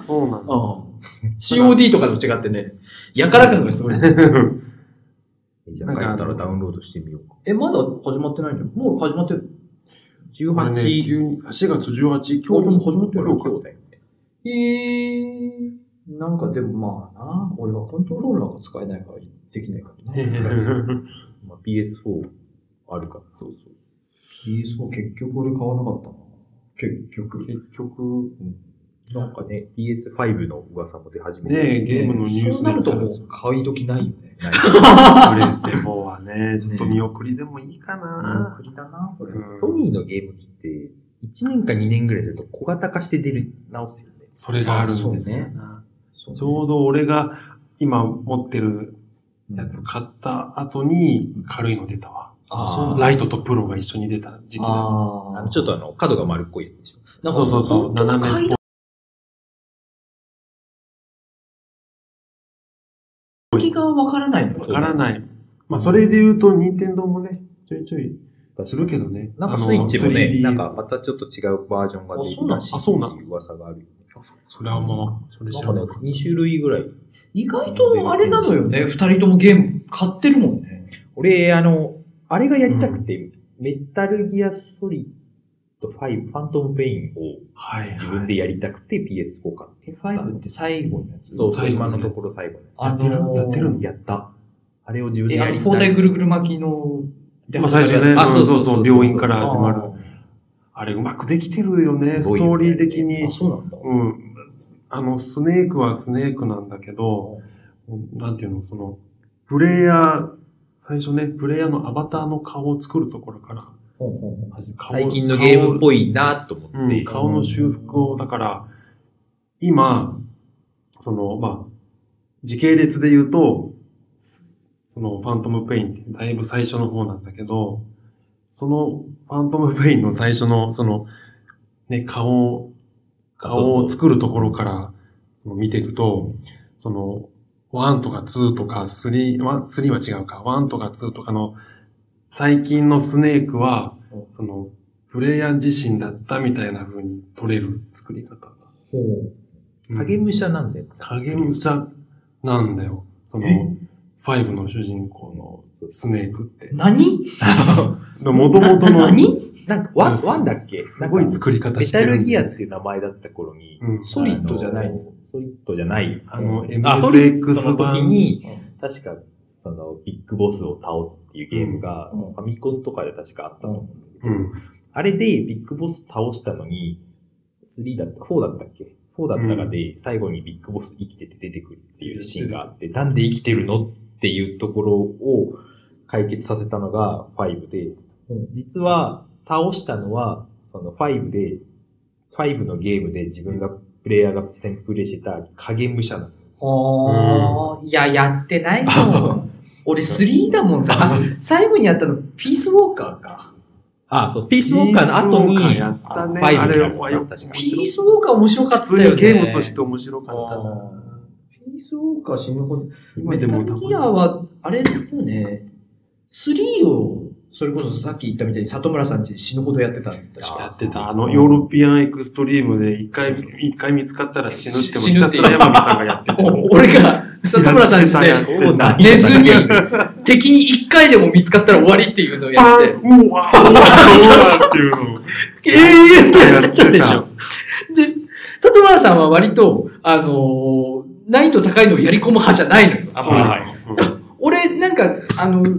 S3: そうなんだ。
S2: COD とかと違ってね、やから感がすごい。
S1: じゃあ、帰ったらダウンロードしてみようか。
S2: え、まだ始まってないじゃん。もう始まってる。
S3: こ れね、
S1: 18、
S3: 急に4月18、
S2: 今
S3: 今
S2: 日
S3: 日
S2: も 始まって
S1: こ
S2: る
S1: れ。今日だよね。
S2: えー、なんかでもまあな、俺はコントローラーが使えないからできないからな。
S1: まあ PS4 あるから。そうそう。
S2: そう、結局俺買わなかったな。結局。
S3: 結局、
S1: なんかね、PS5 の噂も出始めて。
S3: ねゲームのニュース
S2: そうなるとも
S3: で
S2: う買い時ないよね。
S1: ない
S3: プレイステ4はね、ちょっと見送りでもいいかな。
S2: 国だな、これ。
S3: うん
S1: ソニーのゲーム機って、1年か2年ぐらいすると小型化して出る、直すよね。
S3: それがあるんですよ
S2: あそうね
S3: な
S2: そう
S3: ちょうど俺が今持ってるやつ買った後に軽いの出たわ。
S2: あそう
S3: ライトとプロが一緒に出た時期だ。
S2: あ
S1: あ
S2: あ
S1: の、ちょっとあの、角が丸っこいやつでしょ。
S2: なん
S3: そ
S2: か
S3: うそうそう、
S2: 本当
S3: 斜
S2: 買
S3: め
S2: い
S3: っ
S2: 時がわからないの
S3: ぽい。わからない。まあ、それで言うと、任天堂もね、ちょいちょい
S7: するけどね。
S1: なんかスイッチもね、
S7: あ
S1: な
S7: の
S1: んかまたちょっと違うバージョンが出るらしい
S3: あ
S1: って
S3: そうなんあそうな
S1: い
S3: ん
S1: う噂があるよね。
S3: それはまあ、それ知
S1: な
S3: らなんい
S1: かね、2種類ぐらい。
S2: 意外とあれなのよね、二人ともゲーム買ってるもんね。
S1: 俺、あの、あれがやりたくて、メタルギアソリッド5、ファントムペインを
S7: はい
S1: 自
S7: は
S1: 分
S7: い。
S1: でやりたくて PS4 買って。
S2: F5 って最後のやつ。
S1: そう、
S7: 最後
S1: 今
S7: のやつ
S1: のところ最後のや
S2: あのー
S7: やってる
S1: つやった。あれを自分で
S2: え、
S1: や
S2: あ
S1: り
S2: の
S1: たい。
S2: 包帯ぐるぐる巻きの。
S3: まあ最初ね、
S1: あそううんそそう
S3: そううそう、病院から始まる
S2: あ。
S3: あれ、うまくできてるよね、
S1: す
S3: スト
S1: ごいよ
S3: ー
S1: ね
S3: リー的に
S2: あ、。そうなんだ。
S3: うん。あの、スネークはスネークなんだけど、なんていうの、その、プレイヤー、最初ね、プレイヤーのアバターの顔を作るところから、
S2: ほうほうほう
S1: 最近のゲームっぽいなと思って。
S3: うん、顔の修復を、だから、今、その、まあ、時系列で言うと、その、ファントムペインってだいぶ最初の方なんだけど、その、ファントムペインの最初の、その、ね、顔を、顔を作るところからその見ていくと、その、1とか2とか3、ワン3は違うか、1とか2とかの、最近のスネークは、その、プレイヤー自身だったみたいな風に取れる作り方が。
S2: ほう。
S1: 影武者なんだよ。
S3: 影武者なんだよ。その
S2: え、
S3: ファイブの主人公のスネークって。
S2: 何
S3: もともと
S2: な
S3: の、
S2: 何
S1: なんか、ワン、
S3: うん
S1: ワンだっけ
S3: すごい
S1: なんか
S3: 作り方
S1: メ
S3: して
S1: タ
S3: る。
S1: ルギアっていう名前だった頃に、
S3: うん。
S2: ソリッドじゃな
S1: あ
S2: い。
S1: の。ソリッドじゃない。
S3: あの
S1: あ
S3: MSX
S1: ソリッドの時に
S2: 版うん、
S1: 確か、その、ビッグボスを倒すっていうゲームが、
S2: うん
S1: ファミコンとかで確かあったと思うんだけど、
S3: うん。
S1: あれでビッグボス倒したのに、3だった、4だったっけ ?4 だったかで、最後にビッグボス生きてて出てくるっていうシーンがあって、なんで生きてるのっていうところを解決させたのが5で
S2: うん、
S1: 実は倒したのは、その5で、5のゲームで自分が、プレイヤーが実際にプレイしてた影武者なの。
S2: ああ、いや、やってないかも。俺3だもんさ。あ最後にやったの、ピースウォーカーか。
S1: あ、そう、ピースウォーカーの後に、
S3: ピースウォーカーやったね。
S1: ファイブ
S3: あれ
S1: に
S3: は
S1: なっ
S3: よ
S1: た確か
S2: ピースウォーカー面白かっ
S3: 普
S2: た
S3: 通
S2: よね。
S3: にゲームとして面白かったな。
S2: あーピースウォーカー死ぬほど。
S3: 今
S2: メタ
S3: でも
S2: ル
S3: た
S2: ギア
S3: まに。
S2: は、あれだよね。3を、それこそさっき言ったみたいに里村さんち死ぬほどやってたんだ確
S3: や
S2: か。
S3: ってた。あの、ヨーロピアンエクストリームで一回、一回見つかったら死ぬっても
S2: 死
S3: ひ
S2: ぬった
S3: す
S2: ていう
S3: ら山美さんがやってた。
S2: お俺が、里村さんちで
S3: やってた
S1: そう なん
S2: 寝ずに、敵に1回でも見つかったら終わりっていうのをやって。
S3: ンうわーうわーっていうのを。
S2: 永遠とやってたでしょ。で、里村さんは割と、あのー難易度高いのをやり込む派じゃないのよ。あん
S3: そう
S2: まり
S3: だよ。
S2: 俺、なんか、あの、ずー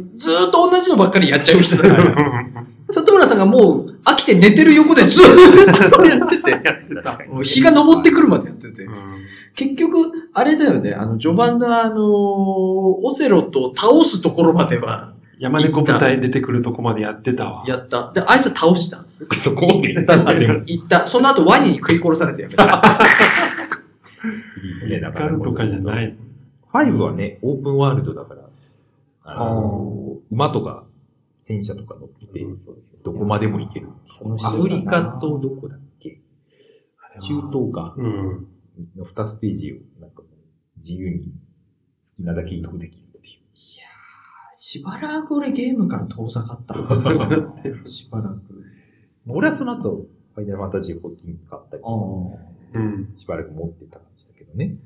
S2: っと同じのばっかりやっちゃう人だから。
S3: う
S2: 里村さんがもう飽きて寝てる横でずーっとそれやってて、
S1: 確かに
S2: もう日が昇ってくるまでやってて。
S3: ん
S2: 結局、あれだよね、あの、序盤のあのーオセロと倒すところまでは
S3: 山猫舞台出てくるとこまでやってたわ。
S2: やった。で、あいつは倒した。
S1: そこまで行ったんだ、でも。。
S2: 行った。その後ワニに食い殺されてやめた。
S3: 見つかるとかじゃないい。
S1: 5はね、オープンワールドだから、あの馬とか戦車とか乗ってて、どこまでも行ける。アフリカとどこだっけ中東か
S3: うん。
S1: の2ステージを、なんか、自由に好きなだけ移動できるっていう。
S2: しばらく俺ゲームから遠ざかった。 しばらく。
S1: 俺はその後、ファイナルファンタジー14買ったり
S2: あ、あ
S3: うん。
S1: しばらく持ってた感じだけどね。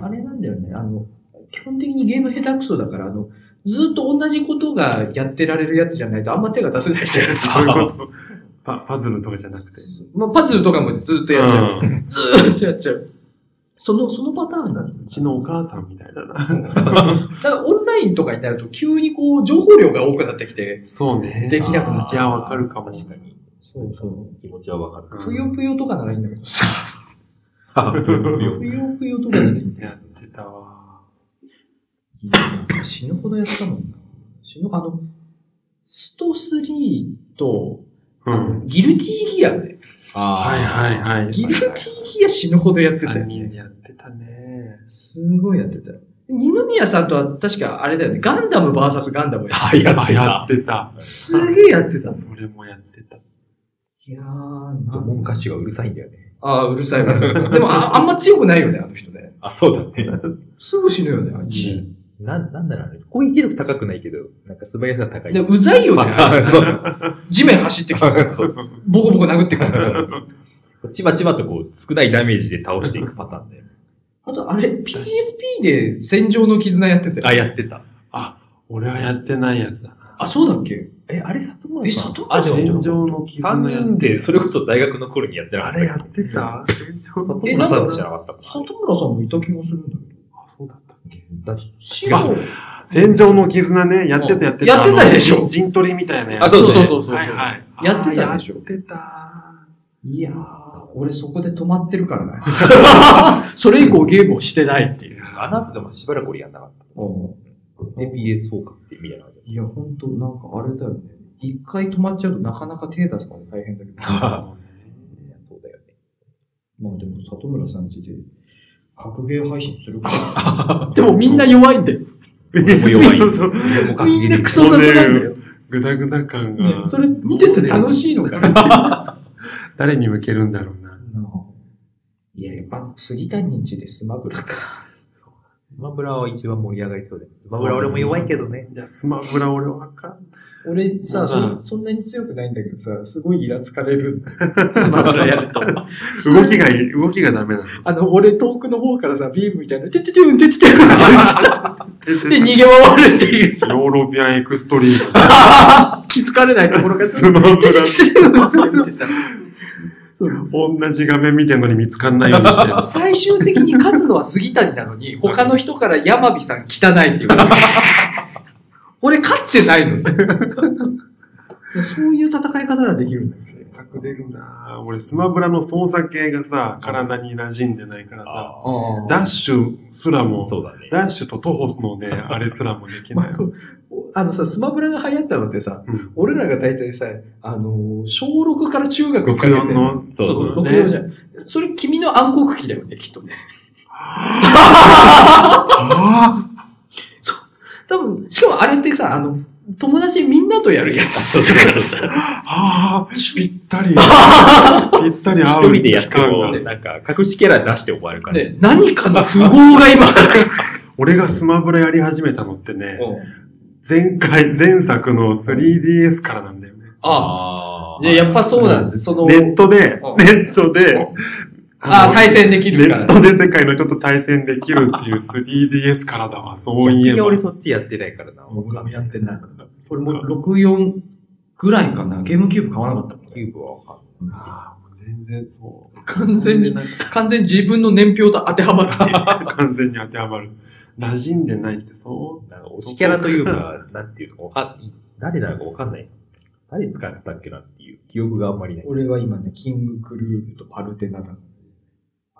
S2: あれなんだよね。あの、基本的にゲーム下手くそだから、あの、ずっと同じことがやってられるやつじゃないとあんま手が出せないってやつ。
S3: そういうこと。パパズルとかじゃなくて。
S2: まあ、パズルとかもずっとやっちゃう。
S3: うん
S2: ずーっとやっちゃう。その、そのパターンなんだよ
S3: うちのお母さんみたいだな。
S2: だからオンラインとかになると急にこう、情報量が多くなってきて、
S3: そうね。
S2: できなくなっ
S3: い
S2: ちゃ
S3: や、
S2: う。
S3: わか るかも。
S1: 確かに、
S2: そうそう。
S1: 気持ちはわかる。
S2: ぷよぷよとかならいいんだけどさ。ぷ
S1: あ
S2: よぷよとかならいいんだよ。
S3: やってたわ。
S2: 死ぬほどやったもんな。死ぬ、あの、スト3と、
S3: うん。
S2: ギルティギアね。
S3: はいはいはい。
S2: ギルティギア死ぬほどやってたよ
S3: 3
S2: ね。
S3: 人でやってたね。
S2: すごいやってたよ。二宮さんとは確かあれだよね。ガンダム VS ガンダムやっ
S1: あ、やばい
S3: や
S1: な
S3: っ。てた。
S2: てすげえやってた。
S3: それもやってた。
S2: いやー、なん
S1: 文歌手がうるさいんだよね。
S2: あーうるさいな。 でもああんま強くないよね、あの人ね。
S1: あ、そうだね。
S2: すぐ死ぬよね、あいつね。
S1: な、なんだろうね。攻撃力高くないけど、なんなんか素早さ高い。
S2: で、うざいよね。
S1: パターン そうです
S2: 地面走ってきてさ、
S1: そう
S2: ボコボコ殴ってくる。
S1: そう。ちばちばとこう、少ないダメージで倒していくパターンで。
S2: あと、あれ、PSP で戦場の絆やってたよ
S1: あ、やってた。
S3: あ、俺はやってないやつだ。
S2: あ、そうだっけ
S1: え、あれ里
S2: え、
S1: 村さん
S2: 里
S1: あ、で
S2: 村さ
S1: も
S2: ん
S3: 戦場の
S1: 3
S3: 絆や
S1: 人で、それこそ大学の頃にやってなか
S7: あ
S1: った
S7: れやってた戦場の
S1: 里村さんじゃなかったもん
S2: 里村さんもいた気がするんだけど。
S7: あそうだったっけ
S1: だ
S2: シーソー
S3: 戦場の絆ね、やってたやってた。
S2: やってたでしょ
S3: あの陣取りみたいなやつ。
S1: あ、そうそうそう。
S2: う
S3: はいはい。
S2: やってたでしょ
S7: やってた。
S2: いやー、俺そこで止まってるからな。 それ以降ゲームをしてないっていう。
S1: あの後でもしばらく俺やんなかった。で、PS4 買ってみたいな感じ
S2: いや、ほんと、なんかあれだよね。一回止まっちゃうとなかなか手出すから大変だけど。まあ
S1: いやそうだよね。
S2: でも、里村さんちで、格ゲー配信するか。
S8: でもみんな弱いんだよ。
S1: 俺も弱い。
S3: そうそう。
S1: いやもう
S8: みんなクソ雑
S3: そう
S8: なんだ
S3: ね
S8: よ。
S3: ぐだぐだ感
S8: ね
S3: が。
S8: それ見てて楽しいのかな。
S3: 誰に向けるんだろうな。
S2: いや、やっぱ、杉谷んちでスマブラか。
S1: スマブラは一番盛り上がりそうです。スマブラ俺も弱いけどね。
S3: いや、スマブラ俺はあかん。
S2: 俺さ、
S3: うん
S2: そそんなに強くないんだけどさ、すごいイラつかれるんだよ。
S8: スマブラやると。
S3: 動きがいい、動きがダメなの。
S2: あの、俺遠くの方からさ、ビームみたいな、てててうん、てててうんって言ってさ、で、逃げ回るっていうさ、
S3: ヨーロピアンエクストリーム。
S2: 気づかれないところが さ、
S3: スマブ
S2: てて
S3: ラ、
S2: ててうんって言ってさ、そう
S3: 同じ画面見てんのに見つかんないようにしてる。
S2: 最終的に勝つのは杉谷なのに、他の人から山火さん汚いって言われて。俺勝ってないのに。そういう戦い方ができるんですよ。
S3: 格出るなぁ俺、スマブラの操作系がさ、体に馴染んでないからさ、
S1: あ
S3: ダッシュすらも、
S1: そうだね。
S3: ダッシュと徒歩の ね、あれすらもできない
S2: まあ。そうあのさ、スマブラが流行ったのってさ、
S3: うん
S2: 俺らが大体さ、あのー小6から中学をかけて
S3: 64、の、
S1: そうそう
S2: そう64じゃないそれ君の暗黒期だよね、きっとね。
S3: あ
S2: 多分、しかもあれってさ、あの、友達みんなとやるやつ。
S1: そうそうそう。
S3: あ、ああ、ぴっ たり、ぴったり合
S1: 一
S3: う
S1: 人でやっても、
S3: が
S1: なんか、隠しキャラ出して終わるから。
S2: ね、何かの符号が今、
S3: 俺がスマブラやり始めたのってね、前回、前作の 3DS からなんだよね。
S2: ああ、
S1: あ
S2: じゃあやっぱそうなんで、その、
S3: ネットで
S2: うん、
S3: ネット
S2: うん
S3: で、
S2: ああ、対戦でき
S3: ネ
S2: るか
S3: ッ
S2: ら。
S3: トで世界の人と対戦できるっていう 3DS からだわ、そういえば。
S1: 俺そっちやってないからな。
S2: 俺もやってない。それ
S3: も
S2: 64ぐらいかな。ゲームキューブ買わなかったもん
S1: キューブはわかんない。
S3: ああ、もう全然そう。
S2: 完全に
S3: 完全
S2: 完全に自分の年表と当てはまってる。
S3: に完全に当てはまる。馴染んでないってそ
S1: なんか、推しキャラというか、なんていうか、わかん、誰なのかわかんない。誰使ってたっけなっていう記憶があんまりない。
S2: 俺は今ね、キングクルールとパルテナだ。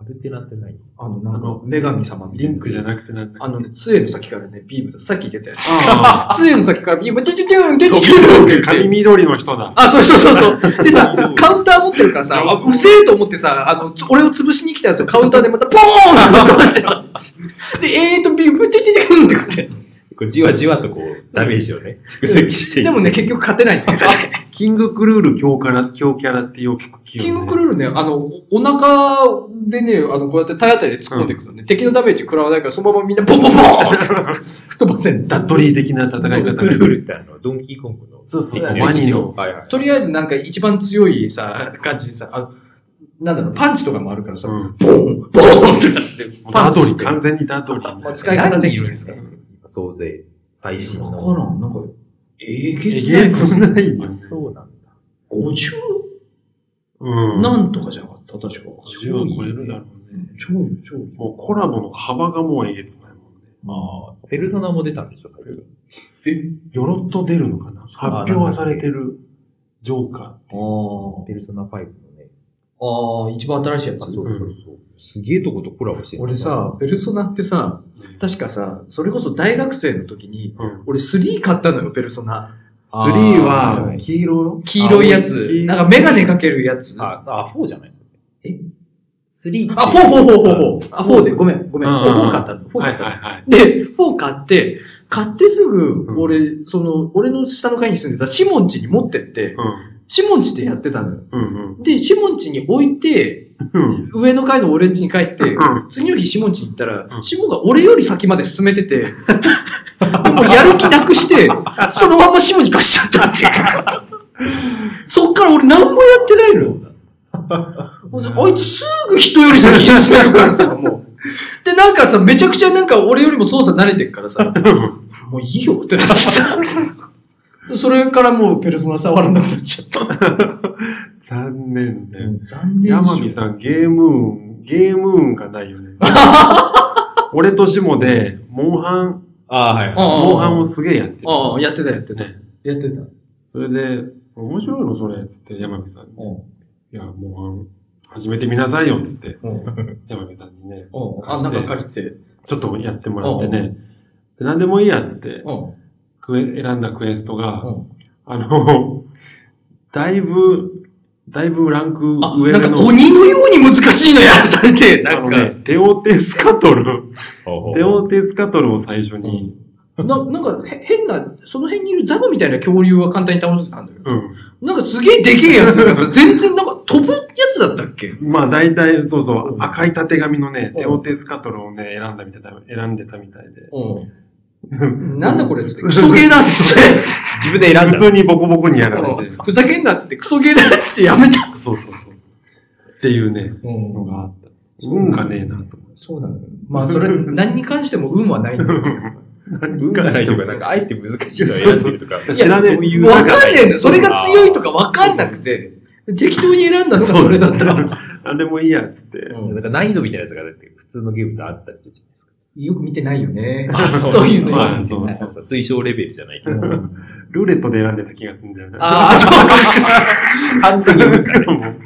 S1: アルテナってない
S2: あの、なん
S3: あの
S2: か、女神様
S3: う。
S2: みたい
S3: リ
S2: な。
S3: ンクじゃ
S2: い
S3: なくてなんだ
S2: あのね、杖の先からね、ビームだ。さっき出たやつ。
S3: あ
S2: 杖の先からビーム、てててん、ててて
S3: あ。
S2: んって
S3: 髪緑の人だ。
S2: あ、そうそうそうそう。でさ、カウンター持ってるからさ、あうせえと思ってさ、あの、つ俺を潰しに来たやつをカウンターでまたポーンって飛ばしてさ。 で、えーと、ビュー、てててくんって食って。
S1: こうじわじわとこう、ダメージをね、蓄積していく
S2: でもね、結局勝てないんだよね。
S3: キングクルール強キャラ、強キャラってよく聞くよ、ね。
S2: キングクルールね、あの、お腹でね、あの、こうやって体当たりで突っ込んでいくとね、敵のダメージ食らわないから、そのままみんなポンポンポン って吹っ飛ばせんの
S3: ダッドリー的な戦い
S1: ル
S3: 方
S1: クルールってあの、ドンキーコングの。
S3: そうそう
S2: そ
S3: そうう。ワニの。
S1: はいはい。
S2: とりあえずなんか一番強いさ、感じでさ、あのなんだろう、パンチとかもあるからさ、
S3: うん。
S2: ボン、ボンってなってて、
S3: ダ
S2: パンチ
S3: ドリ
S2: し
S3: ー、
S2: て。
S3: 完全にダドリー。
S2: まあ使い方的に
S1: 何人いるん
S2: ね
S1: ですか総勢、最新
S2: わ
S1: の。
S2: からん。なんか、えげ
S3: え
S2: つな
S3: げつ
S2: い
S3: ないよ
S1: あ
S3: ね。
S1: そうなんだ。
S2: 50
S3: うん。
S2: なんとかじゃなかった、確か。
S3: 50は超えるだろうね。
S2: 超よ、超よ。
S3: もうコラボの幅がもうえげつないもんね。
S2: まあ、
S1: ペルソナも出たんでしょ、最近
S2: え、
S3: よろっと出るのかな発
S1: あ
S3: 表はされてるジョーカ
S2: あー
S1: ペルソナ5のね。
S2: あー、一番新しいや
S1: あ、
S2: つ。
S1: そうそうそう。すげえとことコラボしてる。
S2: 俺、さ、ペルソナってさ、
S3: ー。
S2: 確かさ、それこそ大学生の時に、
S3: うん。
S2: 俺3買ったのよ、ペルソナ。
S3: 3
S1: あ
S3: は
S1: ー
S3: 黄色よ。
S2: 黄色いやつ。
S3: 青
S2: なんかメガネかけるやつ。あ、
S1: あ、あ、4じゃないですか。
S2: え
S1: ?3。
S2: フォーフォーフォーフォーフォー。あ、フォーで、ごめん、ごめん。
S3: う
S2: フ
S3: んうん
S2: ォーフォー買ったの。フォー
S3: は
S2: 買
S3: い
S2: ったの
S3: はいはい。
S2: で、4買って、買ってすぐ
S3: う、ん
S2: 俺、その、俺の下の階に住んでたシモン家に持ってって、
S3: うん。
S2: シモンチでやってたのよ。
S3: うん
S2: で、シモンチに置いて、
S3: うん。
S2: 上の階の俺ん家に帰って、次の日シモンチに行ったら、シモンが俺より先まで進めてて、 でもうやる気なくして、そのままシモンに貸しちゃったっていう。そっから俺何もやってないのよ。もうあいつすぐ人より先に進めるからさ、もう。で、なんかさ、めちゃくちゃなんか俺よりも操作慣れてるからさ、もういいよってなってさ。それからもうペルソナ触らなくなっちゃった。
S3: 残念だよ。
S2: 残念
S3: 山美さん、ゲーム運、ゲーム運がないよね。 俺としもで、モンハン、
S1: ああ、はい。
S3: モンハンをすげえやってる。
S2: ああ、やってた、やってた。
S3: ね
S2: やってた。
S3: それで、面白いのそれ、つって山美さんに。
S9: う
S3: いや、モンハン、始めてみなさいよ、つって
S9: う。
S3: 山美さんにね、
S9: うん
S3: 貸して
S2: 借りて。
S3: ちょっとやってもらってね。で何でもいいや、つって、
S9: うん
S3: クエ選んだクエストが
S9: う、
S3: あの、だいぶ、だいぶランク
S2: あ、
S3: 上
S2: なんか
S3: の、
S2: 鬼のように難しいのやらされ て、
S3: あ
S2: な
S3: の
S2: んか。
S3: ね、テオテスカトル、テ
S1: で、
S3: オテスカトルを最初に、
S2: ななんかへ変な、その辺にいるザブみたいな恐竜は簡単に倒せたんだけど、
S3: うん。
S2: なんかすげえでけえやつが さ、全然なんか飛ぶやつだったっけ
S3: まあ大体、そうそう、
S2: うん
S3: 赤い縦紙のね、
S2: うん
S3: テオテスカトルをね、選んだみたいな、選んでたみたいで。
S2: うん。なんだこれっつって、クソゲーだっつ って、
S1: 自分で選ん
S3: 普
S1: だ。
S3: 通にボコボコにやられて。
S2: ふざけんなっつって、クソゲーだっつってやめた。
S3: そうそうそう。っていうね、
S9: うん
S3: のがあった。運がねえなと思
S2: そうなのよ。まあそれ、何に関しても運はないんだよ。
S1: 運がないとか、なんか、あえて難しいの選んでるとか。
S3: って。知らねえ。
S1: い
S2: わかんねえんだよ。それが強いとかわかんなくて、適当に選んだんだ、それだっ たら。
S3: なんでもいいや、つって。
S1: なんか難易度みたいなやつがだって普通のゲームとあったりするじゃないですか。
S2: よく見てないよね。
S1: あそう
S2: そういうのよ
S3: ま
S2: く
S3: あ
S2: 見て
S3: そう
S2: ない。
S1: そうそう推奨レベルじゃないけど。
S3: ルーレットで選んでた気がするんだよね。
S2: ああ、そうか。
S1: 完全に運がね。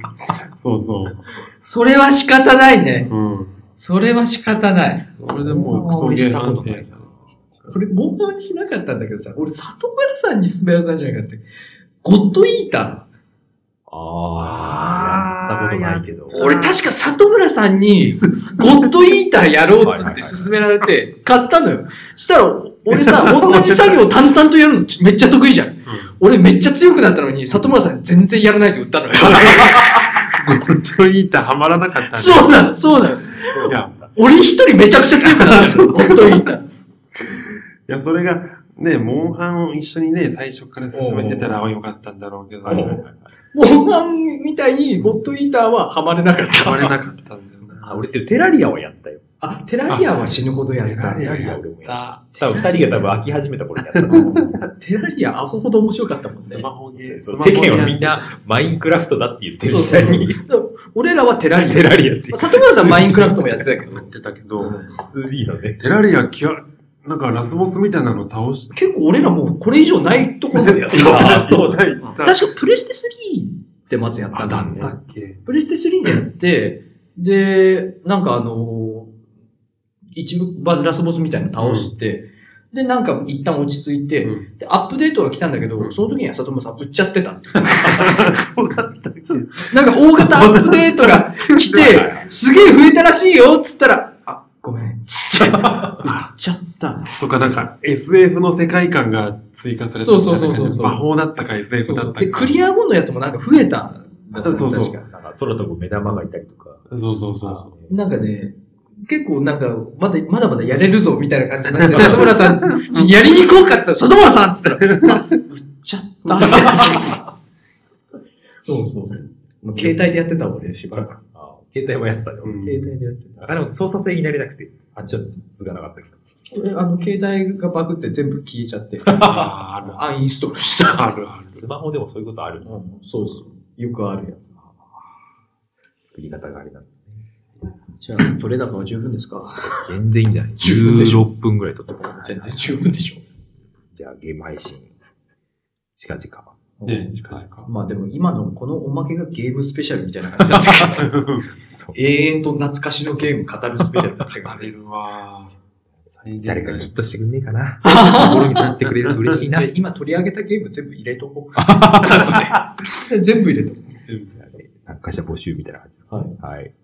S3: そうそう。
S2: それは仕方ないね。
S3: うん。
S2: それは仕方ない。
S3: それでもうクソゲー判定。
S2: これ、モンハンしなかったんだけどさ、俺、里村さんに勧められたんじゃなかったっけゴッドイータ
S1: ああ、やったことないけど。
S2: ー。俺、確か里村さんに、ゴッドイーターやろうっつって勧められて、買ったのよ。したら、俺さ、同じ作業淡々とやるのめっちゃ得意じゃん。俺めっちゃ強くなったのに、里村さんに全然やらないで売ったのよ。
S3: ゴッドイーターはまらなかったんだ
S2: そうなの、そうなの。
S3: いや、
S2: 俺一人めちゃくちゃ強くなったのよ。ゴッドイータ
S3: い
S2: ー。
S3: や、それが、ね、モンハンを一緒にね、最初から進めてたらよかったんだろうけど、ハ
S2: モンハンみたいにゴッドイーターはハマれなかった。
S3: マれなかったんだよな。
S1: あ俺ってテラリアはやったよ。
S2: あ、テラリアは死ぬほどやった。
S3: テラリア
S1: 俺もやっ
S3: さ
S1: た。多分二人が多分飽き始めた頃にや った。
S2: テラリアアホほど面白かったもん
S3: ス
S2: ね。
S3: マホゲー、ス
S1: 世
S3: マホゲー
S1: 間はみんなマインクラフトだって言ってる時代に、
S2: 俺らはテラリア。
S1: テラリアって
S2: まあ里村さんマインクラフトもやってた けど
S3: や、ってたけど、
S1: 2D のね。
S3: テラリア、きわ、なんかラスボスみたいなの倒して
S2: 結構俺らもうこれ以上ないところま でやった。
S1: ああ、そうだ。
S3: い
S2: 確かプレステ3ってまずやった
S3: あ、
S2: ん
S3: だ
S2: だ
S3: っ
S2: ね
S3: た。っけ
S2: プレステ3でやって、で、なんかあのー一番ラスボスみたいなの倒して、で、なんか一旦落ち着いて、
S3: うん
S2: でアップデートが来たんだけど、
S3: うん
S2: その時には里村さん売っちゃってた。
S3: そうだったっけ
S2: なんか大型アップデートが 来て、すげえ増えたらしいよっつったら、あ、ごめん、つ って、売っちゃった。
S3: そうか、なんか SF の世界観が追加されたみたいな感じ
S2: そうそうそうそう
S3: 魔法だったか SF だったか。
S2: で、クリア後のやつもなんか増えたんだよね。
S3: そうそう
S2: 確か
S1: なんか空飛ぶ目玉がいたりとか。
S3: そうそうそうそう。
S2: なんかね、結構なんか、まだ、まだまだやれるぞ、みたいな感じになって、里村さん、 ちやりに行こうかって言ったら、里村さんって言ったら、あ売っち ゃった。そうそう。もう携帯でやってた俺、しばらく。
S1: あ携帯もやってたね。
S3: うん
S2: 携帯でやってた。
S1: あ、でも操作性になれなくて、あっちはつつがなかったけど。
S2: 俺、あの、携帯がバグって全部消えちゃ って、
S3: あー
S2: アンインストールした。
S3: あるあるある。
S1: スマホでもそういうことある。
S2: うんそうそう。よくあるやつ。
S1: 作り方があれなんで。
S2: じゃあ、取れ高は十分ですか
S1: 全然いいんじゃない
S2: 十分でしょ
S1: 分ぐらい撮って
S2: 全然十分でしょ。
S1: じゃあゲーム配信、近々。
S3: ね、近々。
S2: まあでも今のこのおまけがゲームスペシャルみたいな感じだった けど
S1: そう。
S2: 永遠と懐かしのゲーム語るスペシャルだったけど
S3: あれるわ。再現
S1: 誰か
S3: ない
S1: ギッとしてくんねえか な。心にさってくれると嬉しいな。
S2: じゃあ今取り上げたゲーム全部入れと こう。 多分ね全部入れとこう。
S1: 参加者募集みたいな感じですか。はい。